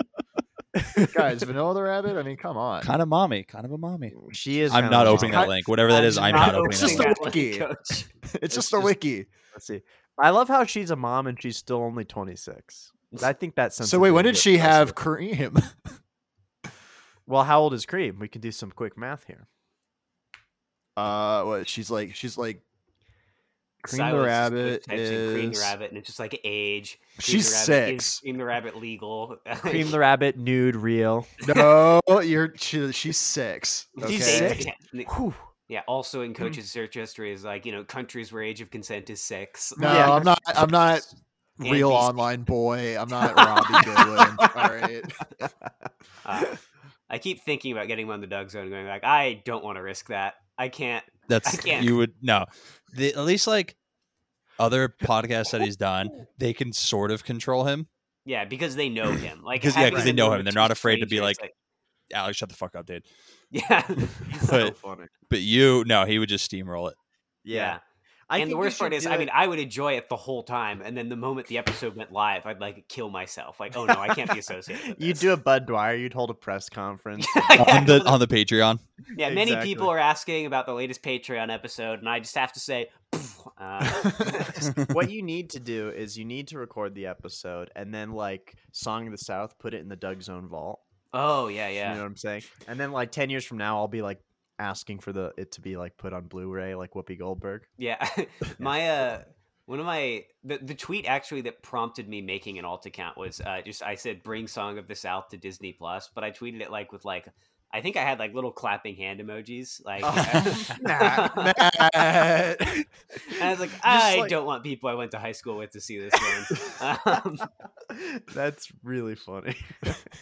Guys, Vanilla the Rabbit. I mean, come on.
Kind of mommy. Kind of a mommy.
She is.
I'm
kind
not
of a
opening
mom.
that link. Whatever that is, I'm not opening
It's
that
just
link.
a
that one,
wiki.
Coach.
It's just
just-
a wiki.
Let's see. I love how she's a mom and she's still only 26. I think that's
So wait, when did she have cream?
Well, how old is Cream? We can do some quick math here.
Uh, what she's like, she's like, Cream the
Silence is-
Rabbit
types in Cream the
is-
Rabbit, and it's just like age. Cream the
She's
Rabbit is
six.
Cream the Rabbit legal.
Cream the rabbit, nude, real.
no, you're she, she's six. Okay? Hmm.
She's
six?
eight.
Whew.
Yeah. Also, in coaches' search history is like you know countries where age of consent is six.
No,
Yeah.
I'm not. I'm not
And
real
he's-
online boy. I'm not Robbie Goodwin. All right.
Uh, I keep thinking about getting him on the dog zone, and going like, I don't want to risk that. I can't. I
That's
can't.
you would no. The, at least like other podcasts that he's done, they can sort of control him.
Yeah, because they know him. Like,
'Cause- yeah,
having
'cause they know
on
him.
with
They're
two
not afraid to be
strangers,
Alex, shut the fuck up, dude.
yeah,
But
funny.
but you no, he would just steamroll it.
yeah.
I
and the
think you
worst part
should
is,
do
I
it-
mean, I would enjoy it the whole time, and then the moment the episode went live, I'd like kill myself. Like, oh no, I can't be associated. With
You'd
this.
do a Bud Dwyer. You'd hold a press conference.
On the on the Patreon.
yeah, many people
Exactly.
are asking about the latest Patreon episode, and I just have to say, pff, uh,
what you need to do is you need to record the episode and then like Song of the South, put it in the Doug Zone vault.
oh yeah, yeah.
You know what I'm saying? And then like ten years from now, I'll be like asking for the it to be like put on Blu-ray, like Whoopi Goldberg.
Yeah. my uh one of my the, the tweet actually that prompted me making an alt account was uh just I said bring Song of the South to Disney Plus, but I tweeted it like with like I think I had like little clapping hand emojis. Like
Oh,
Matt, Matt.
I was like,
Just,
I
like-
don't want people I went to high school with to see this one. um,
That's really funny.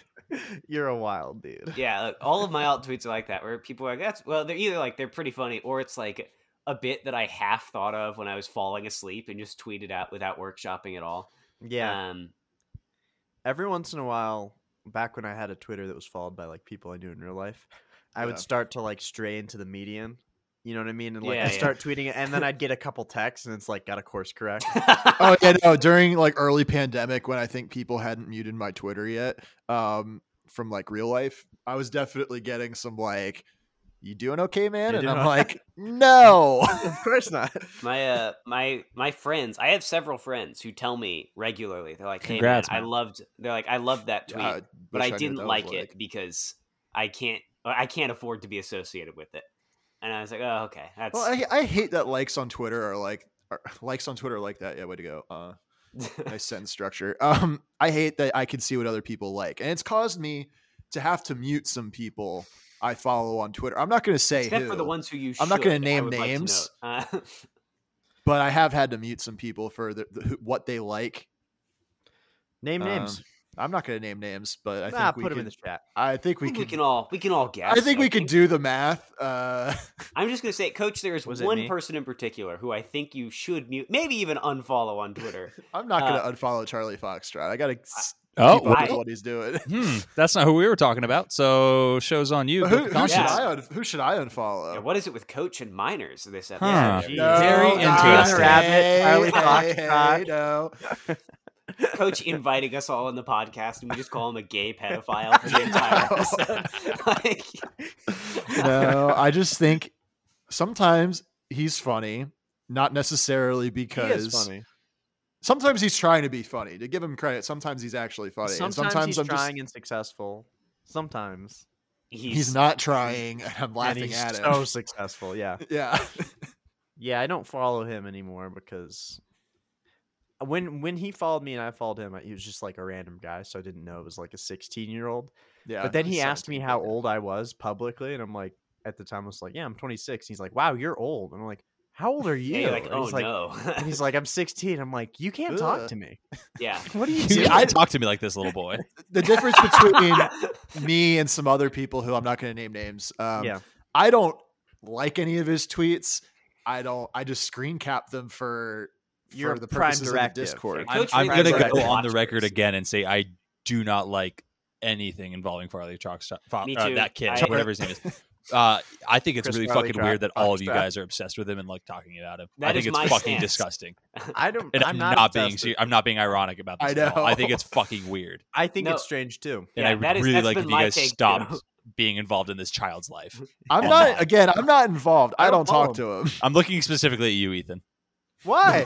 You're a wild dude.
yeah, like, all of my alt tweets are like that, where people are like, "That's well, they're either like they're pretty funny, or it's like a bit that I half thought of when I was falling asleep and just tweeted out without workshopping at all."
Yeah.
um,
every once in a while, back when I had a Twitter that was followed by like people I knew in real life, I
Yeah.
would start to like stray into the median. You know what I mean? And like
Yeah,
I
yeah.
start tweeting it, and then I'd get a couple texts, and it's like got a course correct.
oh yeah, no. During like early pandemic, when I think people hadn't muted my Twitter yet, um, from like real life, I was definitely getting some like, "You doing okay, man?"
You
and
doing
I'm
all right?
like, "No."
of course not.
my uh my my friends i have several friends who tell me regularly they're like hey
Congrats,
man, i
man."
loved they're like i loved that tweet
I
but
Uh, wish
i
knew
didn't
what that was
like it because i can't i can't afford to be associated with it and i was like oh okay that's
Well, I, I hate that likes on Twitter are like are, likes on Twitter are like that. Yeah, way to go. Uh, nice sentence structure. Um, I hate that I can see what other people like, and it's caused me to have to mute some people I follow on Twitter. I'm not going to say
except for the
who,
ones who you
I'm not
should,
gonna
I
name
would like to
names.
note. Uh,
but I have had to mute some people for the, the, who- what they like.
Name
Um,
names.
I'm not going to name names, but I think
ah,
we
put
can,
them in the chat.
I think
I
we
think
can.
we can all we can all guess
I think we could do the math. Uh,
i'm just gonna say coach there is
Was it
one
me?
person in particular who i think you should mute maybe even unfollow on twitter
I'm not going to
Uh,
unfollow Charlie Foxtrot. I got to keep
Oh,
up
well,
with what he's doing.
hmm, that's not who we were talking about. So shows on you.
Who,
guilty
who should
conscience.
I un- who should I unfollow?
Yeah, what is it with coach and minors this episode
Huh.
Everybody?
No, Very
not
interesting.
Rabbit, Charlie
hey,
Foxtrot.
hey, no.
coach inviting us all on the podcast and we just call him a gay pedophile for the entire
No.
episode. like,
no, I just think sometimes he's funny, not necessarily
He
because
is funny.
sometimes he's trying to be funny. To give him credit, sometimes he's actually funny. and
Sometimes,
sometimes
he's
I'm just
trying and successful. Sometimes
he's,
he's, not trying, and I'm
And
laughing
he's
at
so
him.
successful. Yeah,
yeah,
yeah. I don't follow him anymore because when when he followed me and I followed him, I- he was just like a random guy, so I didn't know it was like a sixteen year old.
yeah.
But then he
he's
asked me
17,
how
yeah.
old I was publicly, and I'm like, at the time, I was like, yeah, I'm 26. He's like, wow, you're old. And I'm like, how old are you?
yeah, you're like,
And
oh
he's like,
no.
and he's like, I'm 16. I'm like, you can't talk
Ugh.
to me.
yeah.
What are you
You
doing?
I-
can't talk to me like this, little boy.
The difference between me and some other people who I'm not going to name names. Um,
yeah,
I don't like any of his tweets. I don't. I just screen cap them for
You're
for
a
the
prime
purposes of
directive.
Discord.
Yeah,
I'm,
Coach
I'm
Ryan's
gonna
right.
go on the
Watchers.
record again and say I do not like anything involving Farley Chalks. Fo-
Me
uh,
too.
that kid,
I-
whatever his name is. Uh, I think it's
Chris
really
Farley
fucking
Chalk-
weird that all of you
Chalkstrap.
guys are obsessed with him and like talking about him.
That
I think
is
it's
my
fucking
stance.
disgusting.
I don't.
And
I'm not,
being
obsessed with-
ser- I'm not being ironic about
I
this. at all. I think
know.
it's fucking weird.
I think
No.
it's strange too.
And
Yeah,
I
that
would
is-
really
that's
like
been
if you
my
guys
take, too.
stopped being involved in this child's life.
I'm
Online.
not again. I'm not involved. I,
I
don't,
don't
talk
follow
to him.
I'm looking specifically at you, Ethan.
Why?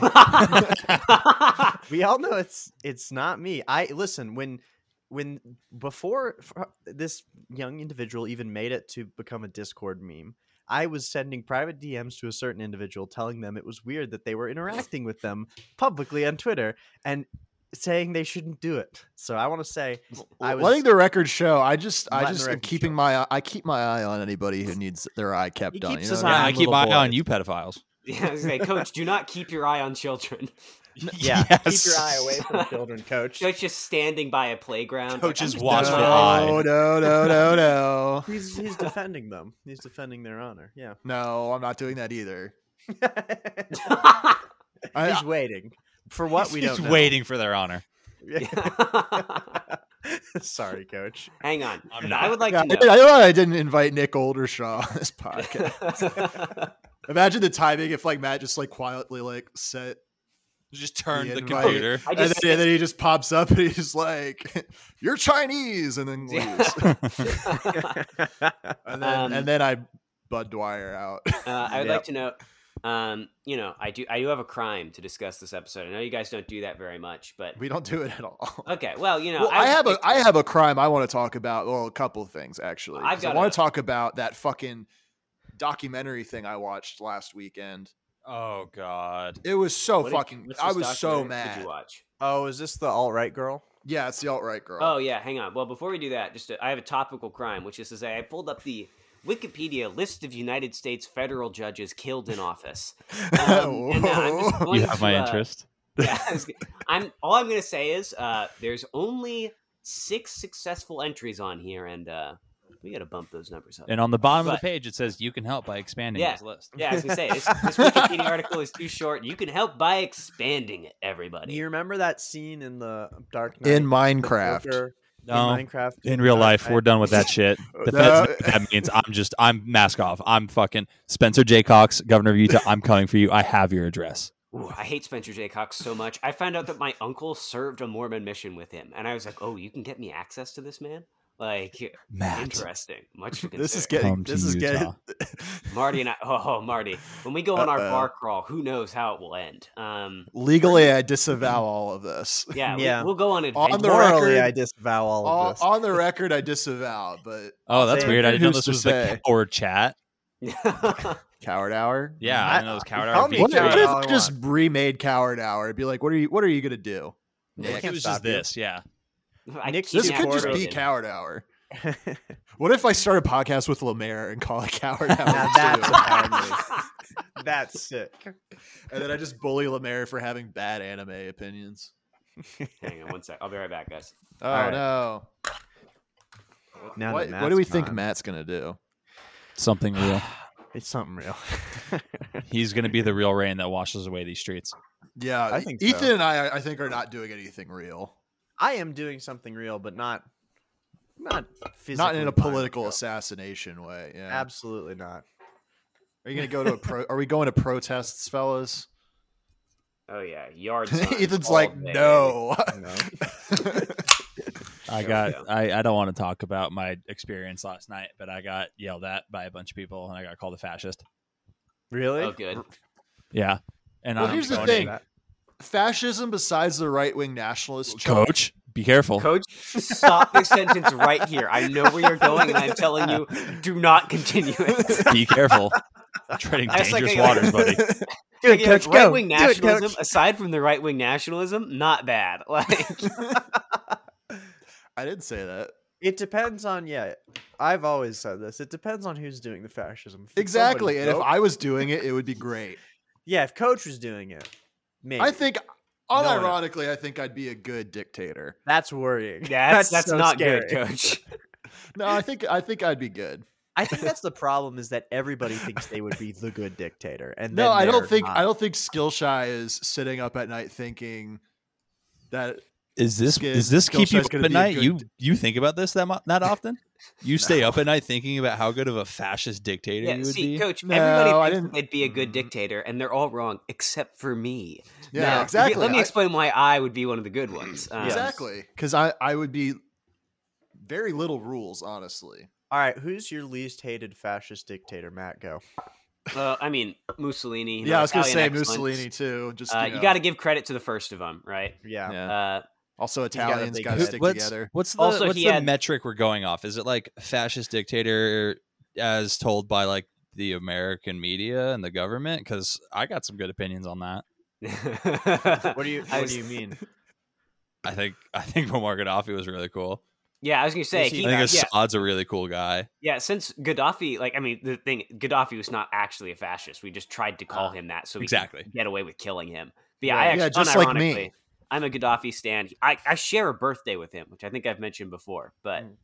we all know it's it's not me. I listen when when uh, before f- this young individual even made it to become a Discord meme. I was sending private DMs to a certain individual telling them it was weird that they were interacting with them publicly on Twitter and saying they shouldn't do it. So I want to say I was
Letting the record show, I just, I
Letting the
just am
record
keeping
show.
my, I keep my eye on anybody who needs their eye kept
He
on.
keeps
you know
his
what I mean?
eye
I
I'm
keep
little
my eye on
boy.
you, pedophiles.
Yeah, I was gonna say, coach, do not keep your eye on children.
yeah, keep your eye away from children, coach.
Coach just standing by a playground.
Coach
I'm
is
just
watching
gonna-
your eye.
No, no, no, no, no.
He's he's defending them. He's defending their honor. Yeah.
No, I'm not doing that either. I, uh
he's waiting for what we
He's
don't know.
waiting for their honor.
Sorry, coach.
Hang on.
I'm
I
not.
would like
yeah, I,
to
did- I know I didn't invite Nick Oldershaw on this podcast.
know.
Imagine the timing if like Matt just like quietly like set,
Just turn
Yeah,
the
invite-
computer.
I
and
just
then, and then he just pops up and he's like, "You're Chinese," and then
Yeah.
leaves.
yeah,
and then
Um,
and then I Bud Dwyer out.
Uh, I would
Yep.
like to know, um, you know, I do, I do have a crime to discuss this episode. I know you guys don't do that very much, but
we don't do it at all.
okay. Well, you know,
well, I
would
have a
like-
I have a crime I want to talk about. Well, a couple of things actually.
I've
'cause I
got
want
a-
to talk about that fucking documentary thing I watched last weekend.
Oh God.
It was so
what did-
fucking.
what's
I
this
was so
documentary Did
mad.
you watch?
Oh, is this the alt right girl?
Yeah, it's the alt right girl.
Oh yeah, hang on. Well, before we do that, just uh, I have a topical crime, which is to say I pulled up the Wikipedia list of United States federal judges killed in office. Um, and now I'm just
Whoa.
going to, uh, yeah, I was g- I'm all I'm going to say is uh, there's only six successful entries on here, and uh, we got to bump those numbers up.
And on the bottom of
But-
the page, it says you can help by expanding
Yeah.
this list.
Yeah, I was gonna say this, this Wikipedia article is too short. You can help by expanding it, everybody.
You remember that scene in the Dark Knight?
in
the
Minecraft.
Joker
No.
in Minecraft.
In real
Uh,
life,
I-
we're done with that shit. The feds know what that means I'm just I'm mask off. I'm fucking Spencer J. Cox, governor of Utah. I'm coming for you. I have your address.
Ooh, I hate Spencer J. Cox so much. I found out that my uncle served a Mormon mission with him, and I was like, "Oh, you can get me access to this man." Like,
Matt.
interesting. Much to
This is
consider.
getting.
Come to
This is
Utah.
getting.
Marty and I. Oh, Marty, when we go on our
Uh-oh.
bar crawl, who knows how it will end? Um,
Legally, I disavow all of this.
yeah,
Yeah.
We, will go on
On
adventure.
the
Morally,
record-
I disavow all of
On,
this.
on the record, I disavow. But
Oh, that's
Say,
weird. I didn't know
who's
this
to
was
say?
the or chat.
Coward Hour.
Yeah, I, didn't know it was coward
tell
hour.
me
feature.
What,
Coward
what
Hour.
if
all I
they just remade Coward Hour? It'd be like, what are you? What are you gonna do?
What if
Nick?
it was just
Stop you.
this? Yeah.
I
Nick's-
This
kidnapped
could just be
Rosen.
Coward Hour. What if I start a podcast with Lemaire and call it Coward
Now
Hour
that's
too?
a coward move. That's sick.
and then I just bully Lemaire for having bad anime opinions?
Hang on one sec. I'll be right back, guys.
Oh
All right.
no!
Now
what,
that
what do we
Matt's
think
gone,
Matt's gonna do?
Something real.
It's something real.
He's gonna be the real rain that washes away these streets.
Yeah,
I think so.
Ethan and I, I think, are not doing anything real.
I am doing something real, but not not physically.
not in a
violent,
political
though.
assassination way. Yeah.
Absolutely not.
Are you gonna go to a pro? are we going to protests, fellas?
Oh yeah, yard. signs
Ethan's
all
like,
day.
no.
No.
I
There we go.
got I, I don't want to talk about my experience last night, but I got yelled at by a bunch of people and I got called a fascist.
Really?
Oh good.
Yeah. And
Well,
I'm
here's the
going
thing.
in,
Fascism, besides the right wing nationalist chunk,
Coach, be careful.
Coach, stop this sentence right here. I know where you're going, and I'm telling you, do not continue it.
Be careful. Treading
That's like
dangerous
a-
waters, buddy.
Do it,
Yeah,
coach.
right
Go.
wing
Do it,
nationalism,
coach.
aside from the right wing nationalism, not bad. Like
I didn't say that.
It depends on yeah. I've always said this. It depends on who's doing the fascism. If it's
Exactly.
somebody
And if
woke-
I was doing it, it would be great.
yeah, if coach was doing it, maybe
I think,
No one-
unironically, I think I'd be a good dictator.
that's worrying.
that's that's,
so
not
scary.
good, coach.
No, I think I think I'd be good.
I think that's the problem is that everybody thinks they would be the good dictator, and
No,
then
I don't
they're
think
not.
I don't think Skillshy is sitting up at night thinking that
Is this
Skid-
is this keep you
Skillshack's
up
gonna
at
be a
night?
good-
You you think about this that mu- that often? You stay up at night thinking about how good of a fascist dictator
Yeah,
you would
see,
be.
coach,
No,
everybody
I
thinks
didn't-
they'd be a good
Mm.
dictator, and they're all wrong except for me.
yeah,
Now,
exactly.
Let me
I-
explain why I would be one of the good ones. Um,
Exactly. Because I, I would be very little rules, honestly.
All right, who's your least hated fascist dictator? Matt, go.
Well, I mean Mussolini. you know,
yeah, I was going to say
Italian excellence.
Mussolini too. Just
Uh,
you,
you got to give credit to the first of them, right?
Yeah.
Uh,
Also,
gotta
Italians
think
got to
that-
stick
what's,
together.
What's the,
Also,
what's
he
the
had-
metric we're going off? Is it like fascist dictator as told by like the American media and the government? Because I got some good opinions on that.
What do you
I
What
was-
do you mean?
I think I think Muammar Gaddafi was really cool.
Yeah, I was gonna say.
Is he
I
He,
think
yeah,
Assad's a really cool guy.
yeah, since Gaddafi, like, I mean, the thing, Gaddafi was not actually a fascist. We just tried to
Ah,
call him that so we could
Exactly.
get away with killing him. But yeah, I
Right.
actually,
Yeah, just like me.
unironically, I'm a Gaddafi stan. I, I share a birthday with him, which I think I've mentioned before. But
Mm.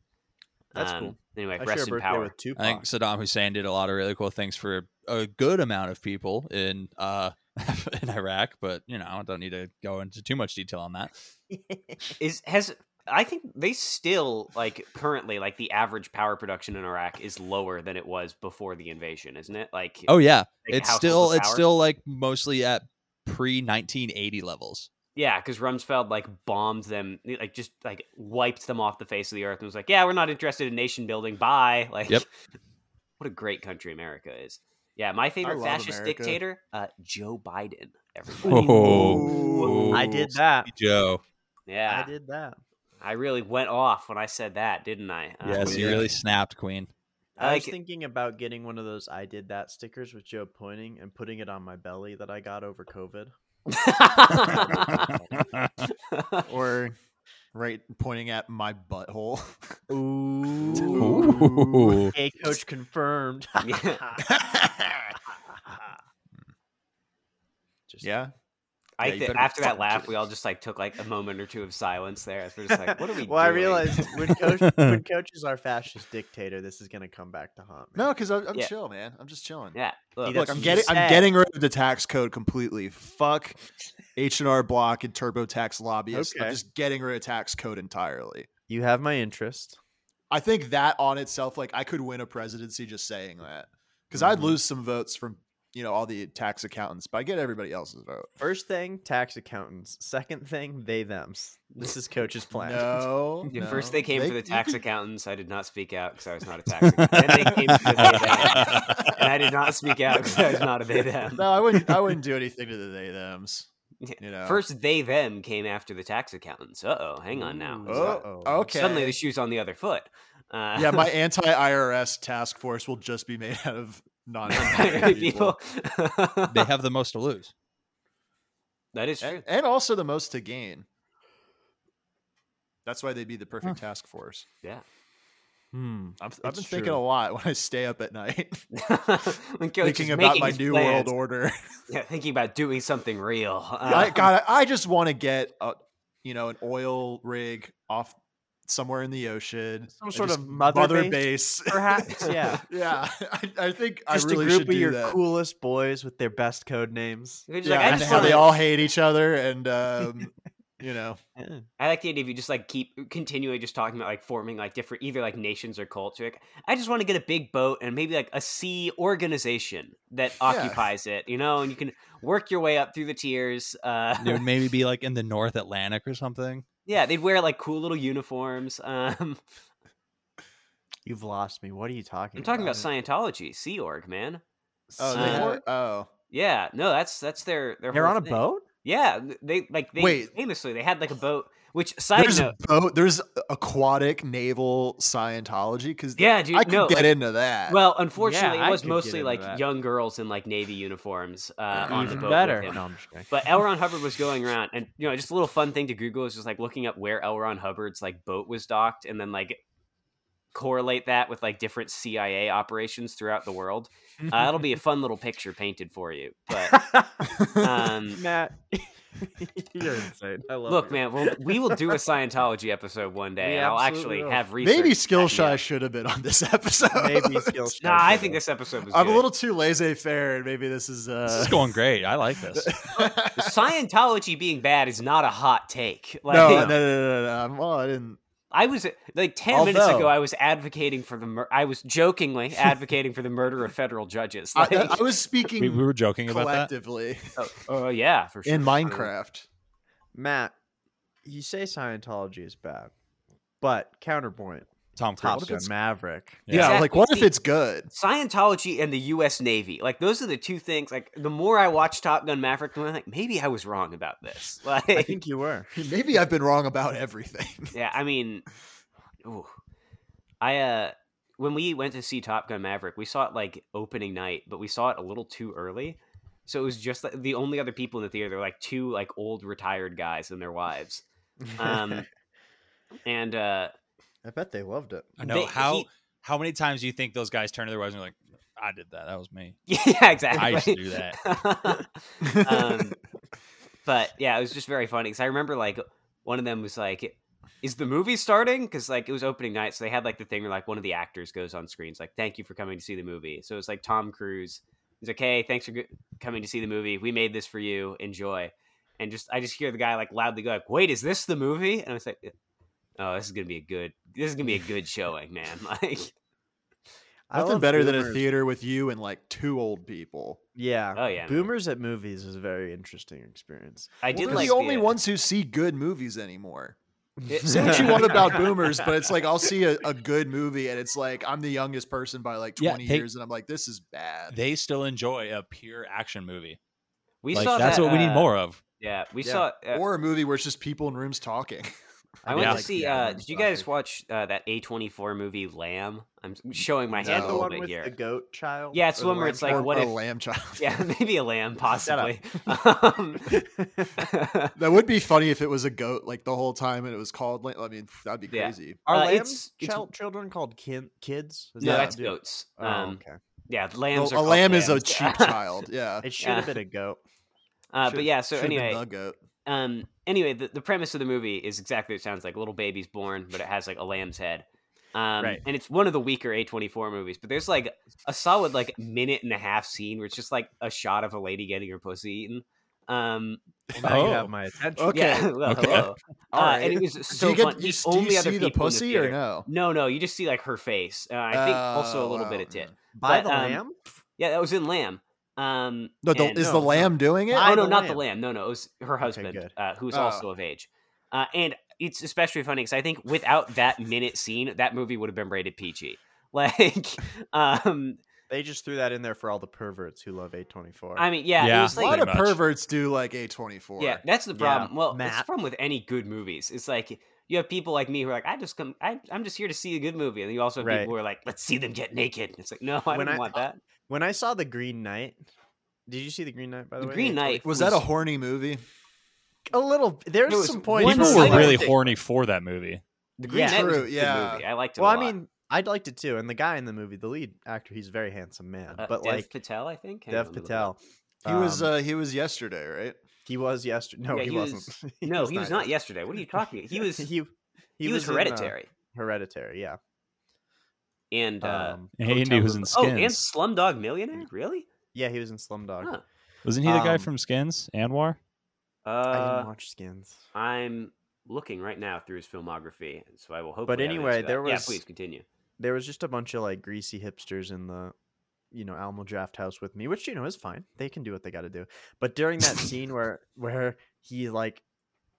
That's
um,
cool.
Anyway,
I share a
rest in
birthday
power.
with Tupac.
I think Saddam Hussein did a lot of really cool things for a good amount of people in uh in Iraq, but you know, I don't need to go into too much detail on that.
is has I think they still like currently like the average power production in Iraq is lower than it was before the invasion, isn't it? Like
Oh yeah.
like
it's
households
still
of
it's
power?
still like mostly at pre 1980 levels.
yeah, because Rumsfeld like bombed them, eh, like just like wiped them off the face of the earth and was like, yeah, we're not interested in nation building. Bye. Like,
Yep.
what a great country America is. Yeah, my favorite
love
fascist
America.
dictator, uh, Joe Biden. Everybody.
Oh.
I did that.
Joe.
Yeah,
I did that.
I, really went off when I said that, didn't I? Um,
Yes, you
yeah.
really snapped, Queen.
I was
Like-
thinking about getting one of those "I did that" stickers with Joe pointing and putting it on my belly that I got over COVID.
or right pointing at my butthole.
Ooh. Hey, coach confirmed.
Yeah.
Just
yeah,
I
Yeah, you
thi-
better be
after that
fucking
laugh,
kidding.
we all just like took like a moment or two of silence there. as We're just like, what are we?
well, I
doing?
realized when coach when coach is our fascist dictator, this is gonna come back to haunt me.
no, because I'm, I'm
Yeah.
chill, man. I'm just chilling.
Yeah, look,
Look,
That's
I'm
what
getting
she
I'm
said.
getting rid of the tax code completely. Fuck H and R Block and TurboTax lobbyists. I'm
Okay.
just getting rid of tax code entirely.
you have my interest.
I think that on itself, like I could win a presidency just saying that, because I'd
Mhm.
lose some votes from you know all the tax accountants, but I get everybody else's vote.
First thing, tax accountants. Second thing, they them's. This is coach's plan.
No,
Yeah,
no.
first they came for the
you
tax
could-
accountants. I did not speak out because I was not a tax accountant. then they came for the they them, and I did not speak out because I was not a they them.
No, I wouldn't. I wouldn't do anything to the they them's.
Yeah,
You know,
First, they them came after the tax accountants. Uh oh, hang on now. So-
Ooh.
Oh,
Uh-oh.
okay.
Suddenly, the shoe's on the other foot. Uh,
yeah, my anti IRS tax force will just be made out of non people.
people.
They have the most to lose.
that is true.
and, and also the most to gain. That's why they'd be the perfect task force.
Yeah.
Hmm. I've, I've
It's
been thinking
true.
a lot when I stay up at night,
When Coach is
thinking about
making
my
his
new
plans,
world order.
Yeah, thinking about doing something real.
Uh.
I
Um,
got. I just want to get a, you know, an oil rig off somewhere in the ocean,
Some
and
sort
just
of mother
base.
Perhaps, yeah.
yeah, I, I think
Just
I really
a group
should
of
do
your
that.
coolest boys with their best code names.
They're just
yeah,
like, I
and
just
how
wanna-
they all hate each other, and um, you know,
Yeah.
I like the idea of you just like keep continually just talking about like forming like different either like nations or culture. Like, I just want to get a big boat and maybe like a sea organization that occupies it, you know, and you can work your way up through the tiers. Uh,
It would maybe be like in the North Atlantic or something.
yeah, they'd wear like cool little uniforms. Um,
You've lost me. What are you talking?
I'm talking about Scientology, Sea Org, man.
oh,
they
Sea
they,
were-
Org?
oh,
Yeah, no, that's that's their their.
they're
whole
on a
thing.
boat.
Yeah, th- they like they
Wait.
famously they had like a boat. Which side
there's
note?
boat, there's aquatic naval Scientology because
Yeah, dude,
I could
no,
get
like-
into that.
Well, unfortunately,
Uh, Yeah,
it
I
was
could get
mostly
into
like
that.
young girls in like navy uniforms uh, on the
Even
boat
better.
With him.
No, I'm just kidding.
But L. Ron Hubbard was going around, and you know, just a little fun thing to Google is just like looking up where L. Ron Hubbard's like boat was docked, and then like correlate that with like different CIA operations throughout the world. Uh, that'll be a fun little picture painted for you. But um,
Matt, you're insane. I love
look,
you.
man, we'll, we will do a Scientology episode one day,
We
and I'll
absolutely
actually
will.
have research.
Maybe
backing me
Skillshy
up.
should have been on this episode.
Maybe skill.
Nah, I think this episode was.
I'm a
good.
little too laissez faire, and maybe this is. Uh...
This is going great. I like this.
Scientology being bad is not a hot take. Like,
no, no, no, no, no, no. Well, I didn't.
I was like ten minutes ago.
Although-
I was advocating for the. Mur- I was jokingly advocating for the murder of federal judges.
I,
Like,
I- I was
We, we
speaking
were joking about that.
collectively
oh yeah, for sure.
in Minecraft.
Matt, you say Scientology is bad, but counterpoint,
Tom
Top
Cruise.
Gun Maverick.
Yeah,
Yeah.
like what if
Exactly.
it's good?
Scientology and the U.S. Navy, like those are the two things. Like the more I watch Top Gun Maverick, I'm like, maybe I was wrong about this. Like,
I think you were.
Maybe I've been wrong about everything.
yeah, I mean, ooh. I uh, when we went to see Top Gun Maverick, we saw it like opening night, but we saw it a little too early. So it was just like, the only other people in the theater were like two like old retired guys and their wives. Um, and uh,
I bet they loved it.
I know
They-
how
he-
how many times do you think those guys turn to their wives and are like, I did that. That was me.
yeah, exactly.
I used to do that.
um, but yeah, it was just very funny because I remember like one of them was like, "Is the movie starting?" Because like it was opening night, so they had like the thing where like one of the actors goes on screen, it's like, "Thank you for coming to see the movie." So it's like Tom Cruise. He's like, "Hey, thanks for go- coming to see the movie. We made this for you. Enjoy." And just I just hear the guy like loudly go like, "Wait, is this the movie?" And I was like, "Oh, this is gonna be a good. This is gonna be a good showing, man." Like,
I
Nothing
love
better than a
boomers.
theater with you and like two old people.
Yeah.
oh yeah, man.
Boomers at movies is a very interesting experience.
I
Well,
did
they're
like
the only
one.
ones who see good movies anymore.
It-
Say what you want about boomers, but it's like I'll see a, a good movie and it's like I'm the youngest person by like
Yeah,
20
they-
years and I'm like, this is bad.
They still enjoy a pure action movie.
We
Like,
saw
that's
that,
what we need
uh,
more of.
Yeah, we
Yeah.
saw. Uh,
or a movie where it's just people in rooms talking.
I went
Yeah.
to see. Uh, did you guys watch uh, that A twenty four movie Lamb? I'm s- showing my
Is
hand
that
a
the
little
one
bit here.
the goat child?
Yeah, it's the
Or
one where it's like,
or
lamb
what
a
if-
lamb child?
yeah, maybe a lamb,
Shut up.
possibly. um,
child?
That would be funny if it was a goat like the whole time and it was called. Lam- I mean, that'd be
Yeah.
crazy.
Are
Uh,
lambs
it's- it's-
chil- children called kin- kids? Is
no,
that-
that's
dude.
goats.
Oh,
Um,
okay.
Yeah,
Well,
lambs. are
a
called
lamb is a
lambs.
cheap child. Yeah.
It should have been a goat.
uh, but
Should've-
yeah, so
should've been
anyway,
the goat.
um, anyway, the, the premise of the movie is exactly what it sounds like. A little baby's born, but it has like a lamb's head. Um,
Right.
And it's one of the weaker A24 movies, but there's like a solid like minute and a half scene where it's just like a shot of a lady getting her pussy eaten. Um,
Now you
Oh.
have my attention.
Okay.
Yeah, well,
Okay.
hello.
All
Uh,
right.
And it was
do
so
you get
fun.
you,
the
s- do you
only other
see the
people in
pussy
theater-
or no?
No, no, you just see like her face. Uh, I think also a little
Oh,
bit
wow,
of tit.
yeah.
By
but,
the
um,
lamb?
Yeah, that was in Lamb. Um,
No, the,
and-
is
no,
the
no.
lamb doing it?
I-
oh
By
no,
the
not the
lamb.
lamb. No, no, it was her husband,
good.
uh, who's
Oh.
also of age. Uh, and it's especially funny because I think without that minute scene, that movie would have been rated PG. Like, um,
They just threw that in there for all the perverts who love A24.
I mean, yeah, it
Yeah.
was
a
like
lot of
Pretty much.
perverts do like a twenty four.
Yeah, that's the
Yeah,
problem. well, that's the
Matt.
problem with any good movies. It's like you have people like me who are like, I just come, I, I'm just here to see a good movie, and then you also have
Right.
people who are like, let's see them get naked. It's like, no, I
When
don't
I-
want that.
when I saw The Green Knight, did you see The Green Knight, by the,
The
way?
Green Knight
Was that a horny movie?
A little. There's
There was
some
one
points.
People
where
were
I
really
liked it.
horny for that movie.
The Green
Yeah.
Knight was a
True,
good
yeah.
movie. I liked it.
Well,
a
I
lot.
mean, I'd liked it too. And the guy in the movie, the lead actor, he's a very handsome man.
Uh,
but
Dev
like
Patel, I think. Hang on,
Dev
let me look it
Patel,
up.
He was
um,
uh, he was yesterday, right?
He was yesterday. No,
Yeah,
he,
he was-
wasn't.
no, he was not
yesterday.
yesterday. What are you talking? about? He was. he,
he, he
was,
in, uh,
hereditary.
hereditary, yeah.
and uh,
Um,
And Andy
Hotel
was
Room-
in
oh,
Skins.
and Slumdog Millionaire, really?
Yeah, he was in Slumdog.
Huh.
Wasn't he the guy
um,
from Skins? Anwar?
I didn't
Uh,
watch Skins.
I'm looking right now through his filmography, so I will hope.
anyway, there
yeah.
was-
Please continue.
There was just a bunch of like greasy hipsters in the, you know, Alamo Draft House with me, which you know is fine. They can do what they got to do. But during that scene where where he like,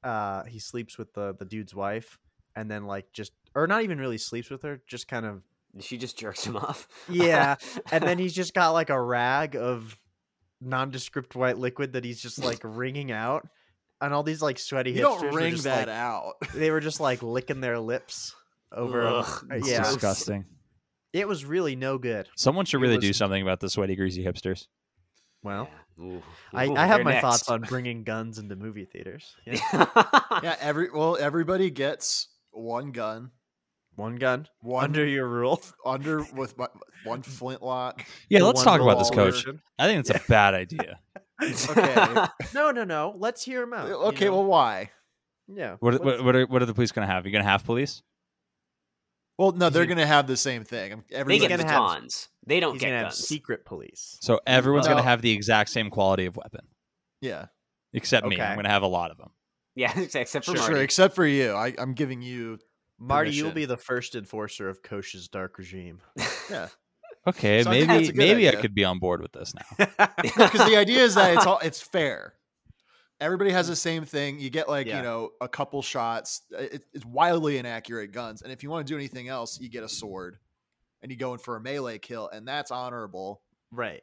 uh, he sleeps with the the dude's wife, and then like just or not even really sleeps with her, just kind of
She just jerks him off.
Yeah, and then he's just got like a rag of nondescript white liquid that he's just like wringing out, and all these like sweaty
You
hipsters.
don't
were
ring
just,
that
like-
out.
They were just like licking their lips over.
Ugh,
uh,
it's
yeah,
just-
disgusting.
it was really no good.
Someone should
It
really
was-
do something about the sweaty, greasy hipsters.
Well,
Yeah. Ooh.
I,
Ooh,
I have
they're
my
next.
thoughts on bringing guns into movie theaters. Yeah.
Yeah, every well, everybody gets one gun,
One gun
one
under your rule.
under with my, one flintlock.
Yeah,
The
let's
one
talk about this,
revolver.
coach. I think it's a bad idea.
Okay,
No, no, no. Let's hear him out. Oh, you
okay.
know?
Well, why?
yeah.
What,
let's-
what, what, are, what are the police going to have? You going to have police?
Well, no, they're
He's
gonna have the same thing.
they
Everybody
get
gonna have-
batons. They don't
He's
get
gonna have
guns.
secret police.
So everyone's going
No.
to have the exact same quality of weapon,
yeah,
except me.
Okay.
I'm going to have a lot of them.
yeah, except for
sure.
Marty.
Except for you, I, I'm giving you.
Marty, you'll
permission.
be the first enforcer of Kosh's dark regime.
Yeah,
Okay,
So I think that's a
maybe
good
maybe I
idea.
could be on board with this now.
because the idea is that it's all it's fair. Everybody has the same thing. You get like
Yeah.
you know a couple shots. It, it's wildly inaccurate guns, and if you want to do anything else, you get a sword, and you go in for a melee kill, and that's honorable.
right.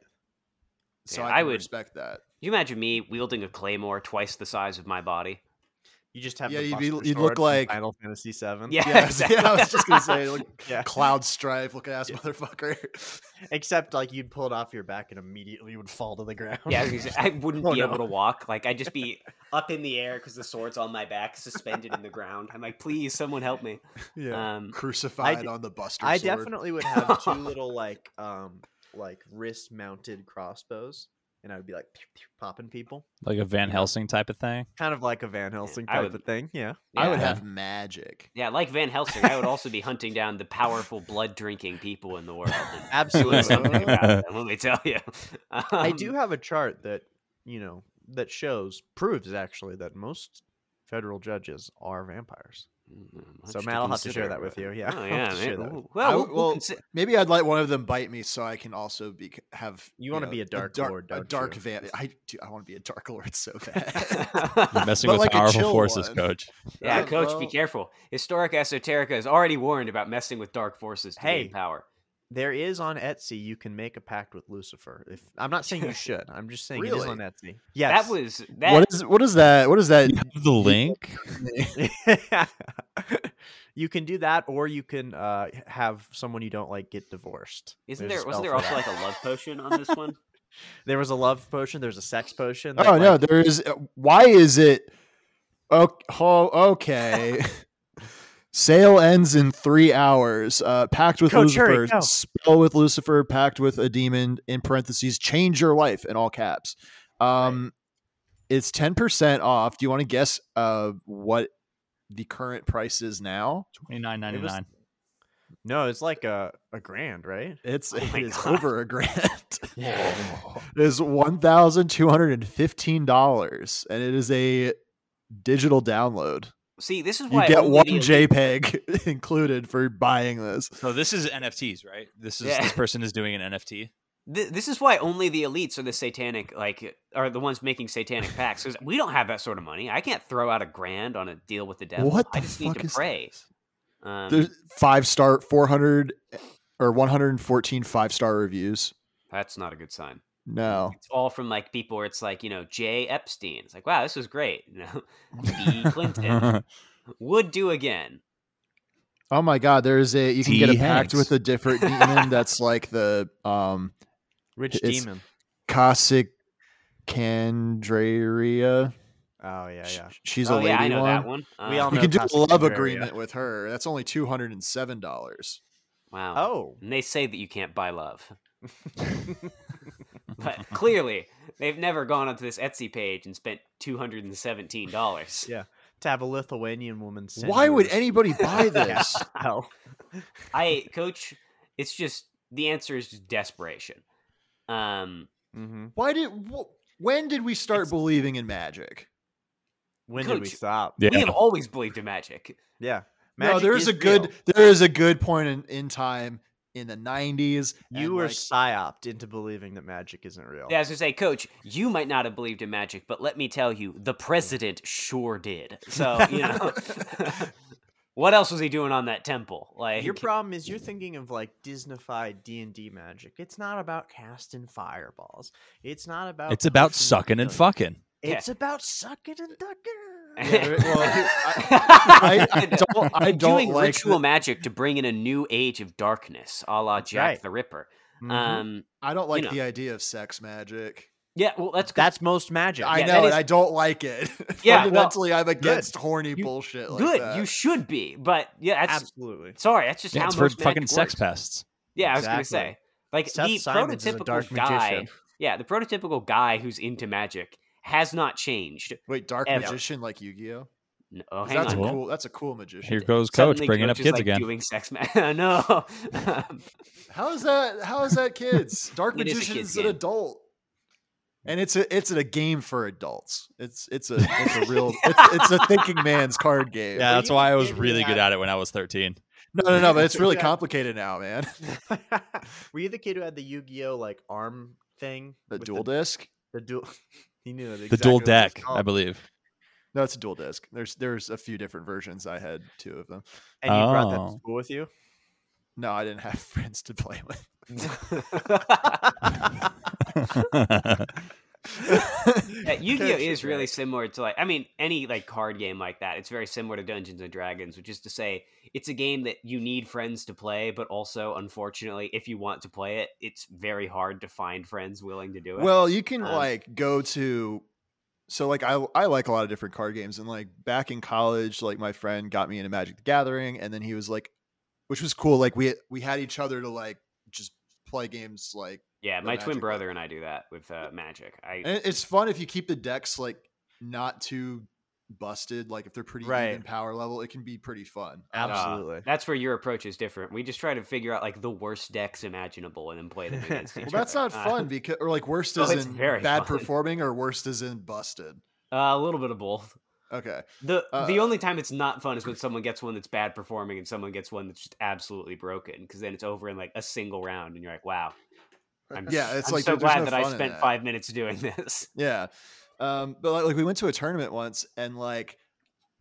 So
Yeah,
I,
I
can
would-
respect that.
you imagine me wielding a claymore twice the size of my body?
You just have
Yeah,
the
you'd be-
Buster
you'd look
Sword from
like-
Final Fantasy Seven.
Yeah,
Yeah,
exactly.
yeah, I was just gonna say, like,
yeah.
Cloud Strife, looking ass
Yeah.
motherfucker.
Except like you'd pull it off your back and immediately would fall to the ground.
Yeah, I, was gonna say, I wouldn't
Oh,
be
no.
able to walk. Like I'd just be up in the air because the sword's on my back, suspended in the ground. I'm like, please, someone help me.
yeah.
Um,
Crucified
d-
on the Buster.
I
sword.
definitely would have two little like um like wrist mounted crossbows, and I would be like pew, pew, popping people,
like a Van Helsing type of thing.
kind of like a Van Helsing
I
type
would-
of thing. Yeah.
yeah.
I would have magic.
Yeah, like Van Helsing, I would also be hunting down the powerful blood drinking people in the world. and
Absolutely.
doing something about them, let me tell you.
I
Um,
do have a chart that you know that shows proves actually that most federal judges are vampires.
mm,
So
much
Matt, I'll have to share
consider.
that with you. Yeah,
Oh,
I'll
yeah.
have to share
man.
that with-
Ooh, Well,
I
we'll,
would-
we'll
well,
consi-
Maybe I'd let one of them bite me so I can also be have.
You wanna
know,
be a Dark Lord,
a
don't
dark
you?
van. I do. I want to be a dark lord so bad.
You're messing
But
with
like a
powerful
chill
forces,
one.
coach.
yeah,
Uh,
coach, be
well-
careful. Historic Esoterica is already warned about messing with dark forces to gain
Hey.
power.
There is on Etsy. You can make a pact with Lucifer. If I'm not saying you should, I'm just saying it is
Really?
on Etsy. Yes,
That was that.
what is what is that? What is that?
The link.
you can do that, or you can uh, have someone you don't like get divorced.
Isn't
There's a
there? Wasn't
spell
there
for
also
that.
like a love potion on this one?
there was a love potion? There's a sex potion. that,
Oh no,
like-
there is. Why is it? Oh, oh okay. Sale ends in three hours. Uh, packed with
Go, Cherry,
Lucifer.
go.
Spell with Lucifer. Packed with a demon. In parentheses, change your life in all caps. Um, it's ten percent off. Do you want to guess uh what the current price is now?
Twenty nine ninety nine.
no, it's like a a grand, right?
It's
Oh my
it is
God.
over a grand. it is one thousand two hundred and fifteen dollars, and it is a digital download.
See, this is
You
why I
get
only
one
the elite-
JPEG included for buying this.
So this is NFTs, right? This is
Yeah.
this person is doing an NFT.
Th- this is why only the elites are the satanic, like, are the ones making satanic pacts. Because we don't have that sort of money. I can't throw out a grand on a deal with the devil.
What
I
the
just
fuck
need to
is
pray.
this?
Um,
There's five star, 400 or 114 five star reviews.
that's not a good sign.
No.
It's all from like people where it's like you know Jay Epstein. It's like wow, this was great. You know, B Clinton would do again.
Oh my God. There is a, you can get a
T.
pact
Hanks.
with a different demon that's like the um
Rich
It's-
demon.
Cossack Candraria.
Oh yeah,
Sh-
yeah.
She's
oh
a lady
yeah, I know
one.
that one.
We
Uh,
all
You
know
can do a
Cossack
love
Candria.
agreement with her. That's only $207.
Wow.
Oh,
And they say that you can't buy love. But clearly, they've never gone onto this Etsy page and spent $217.
Yeah. to have a Lithuanian woman. Send
Why
you Oh. a
would
receipt.
anybody buy
Yeah.
this?
Ow.
I, coach, it's just the answer is just desperation. Um,
Mm-hmm.
Why did, wh- when did we start believing in magic?
When did we
Coach-
stop?
yeah.
We have always believed in magic.
Yeah.
no,
Magic
there's
is
a good
real.
there is a good point in, in time in the 90s.
You
and,
were
like,
psyoped into believing that magic isn't real.
Yeah, I was going to say, coach, you might not have believed in magic, but let me tell you, the president sure did. So, you know, what else was he doing on that temple? Like,
Your problem is you're thinking of like Disneyfied D and D magic. It's not about casting fireballs. It's not about.
It's about
punching
sucking and
billions.
fucking.
It's about sucking and ducking.
Yeah, well, I,
I,
I don't I
And
don't
doing
like
ritual
the,
magic to bring in a new age of darkness, a la Jack
right.
the Ripper.
Mm-hmm.
Mhm.
Um,
I don't like
know.
the idea of sex magic.
yeah, well, that's good.
That's most magic.
I
Yeah, that
know
is-
and I don't like it.
Yeah, well,
Fundamentally I'm against horny
You-
bullshit like
good.
that.
You should be, but yeah, that's
Absolutely.
sorry. That's just
Yeah,
how
it's for
most
fucking
magic
sex
works.
pests.
Yeah, I was gonna
Exactly.
say, like
Seth
the
Simons is a
prototypical
dark
guy.
magician.
Yeah, the prototypical guy who's into magic has not changed.
Wait, dark
Ever.
magician like Yu-Gi-Oh?
No, oh,
'Cause
hang
That's
on.
a
Well,
cool that's a cool magician.
Here goes coach
Suddenly
bringing
Coach
up
is,
kids
like,
again.
Doing sex magic. no.
How is that how is that kids? Dark
It is a
magician
kid's
is an
game.
adult. And it's a it's a game for adults. It's it's a it's a real it's, it's a thinking man's card game.
yeah, that's
you
why I was
did
really good
that.
at it when I was 13.
No, no, no, but it's really
Yeah.
complicated now, man.
were you the kid who had the Yu-Gi-Oh like arm thing?
The
with
dual disc?
The dual. he knew
The dual deck, I believe.
No, it's a dual disc. There's there's a few different versions. I had two of them.
And you brought that
Oh.
to school with you.
No, I didn't have
oh.
friends to play with.
Yeah, Yu-Gi-Oh
Catch
is
your
really
breath.
similar to like I mean any like card game like that. It's very similar to Dungeons and Dragons, which is to say it's a game that you need friends to play, but also unfortunately if you want to play it, it's very hard to find friends willing to do it.
Well, you can
Um,
like go to so like I I like a lot of different card games and like back in college like my friend got me into Magic the Gathering and then he was like which was cool like we we had each other to like just play games like
yeah,
the
my twin
Magic Eh,
brother and I do that with uh, Magic. I
and it- it's fun if you keep the decks like not too busted like if they're pretty
Right.
even power level it can be pretty fun. Um,
uh,
Absolutely.
that's where your approach is different. We just try to figure out like the worst decks imaginable and then play them against each
Well, that's not
other. Uh,
fun because or like worst
Oh,
is
it's
in
very
bad
fun.
performing or worst is in busted.
uh, a little bit of both.
Okay.
The the
Uh,
only time it's not fun is when someone gets one that's bad performing and someone gets one that's just absolutely broken because then it's over in like a single round and you're like, wow, I'm,
Yeah, it's
I'm
like
so
there- there's
glad
no
that I
fun in
spent
that.
five minutes doing this.
Yeah. Um, but like, like we went to a tournament once and like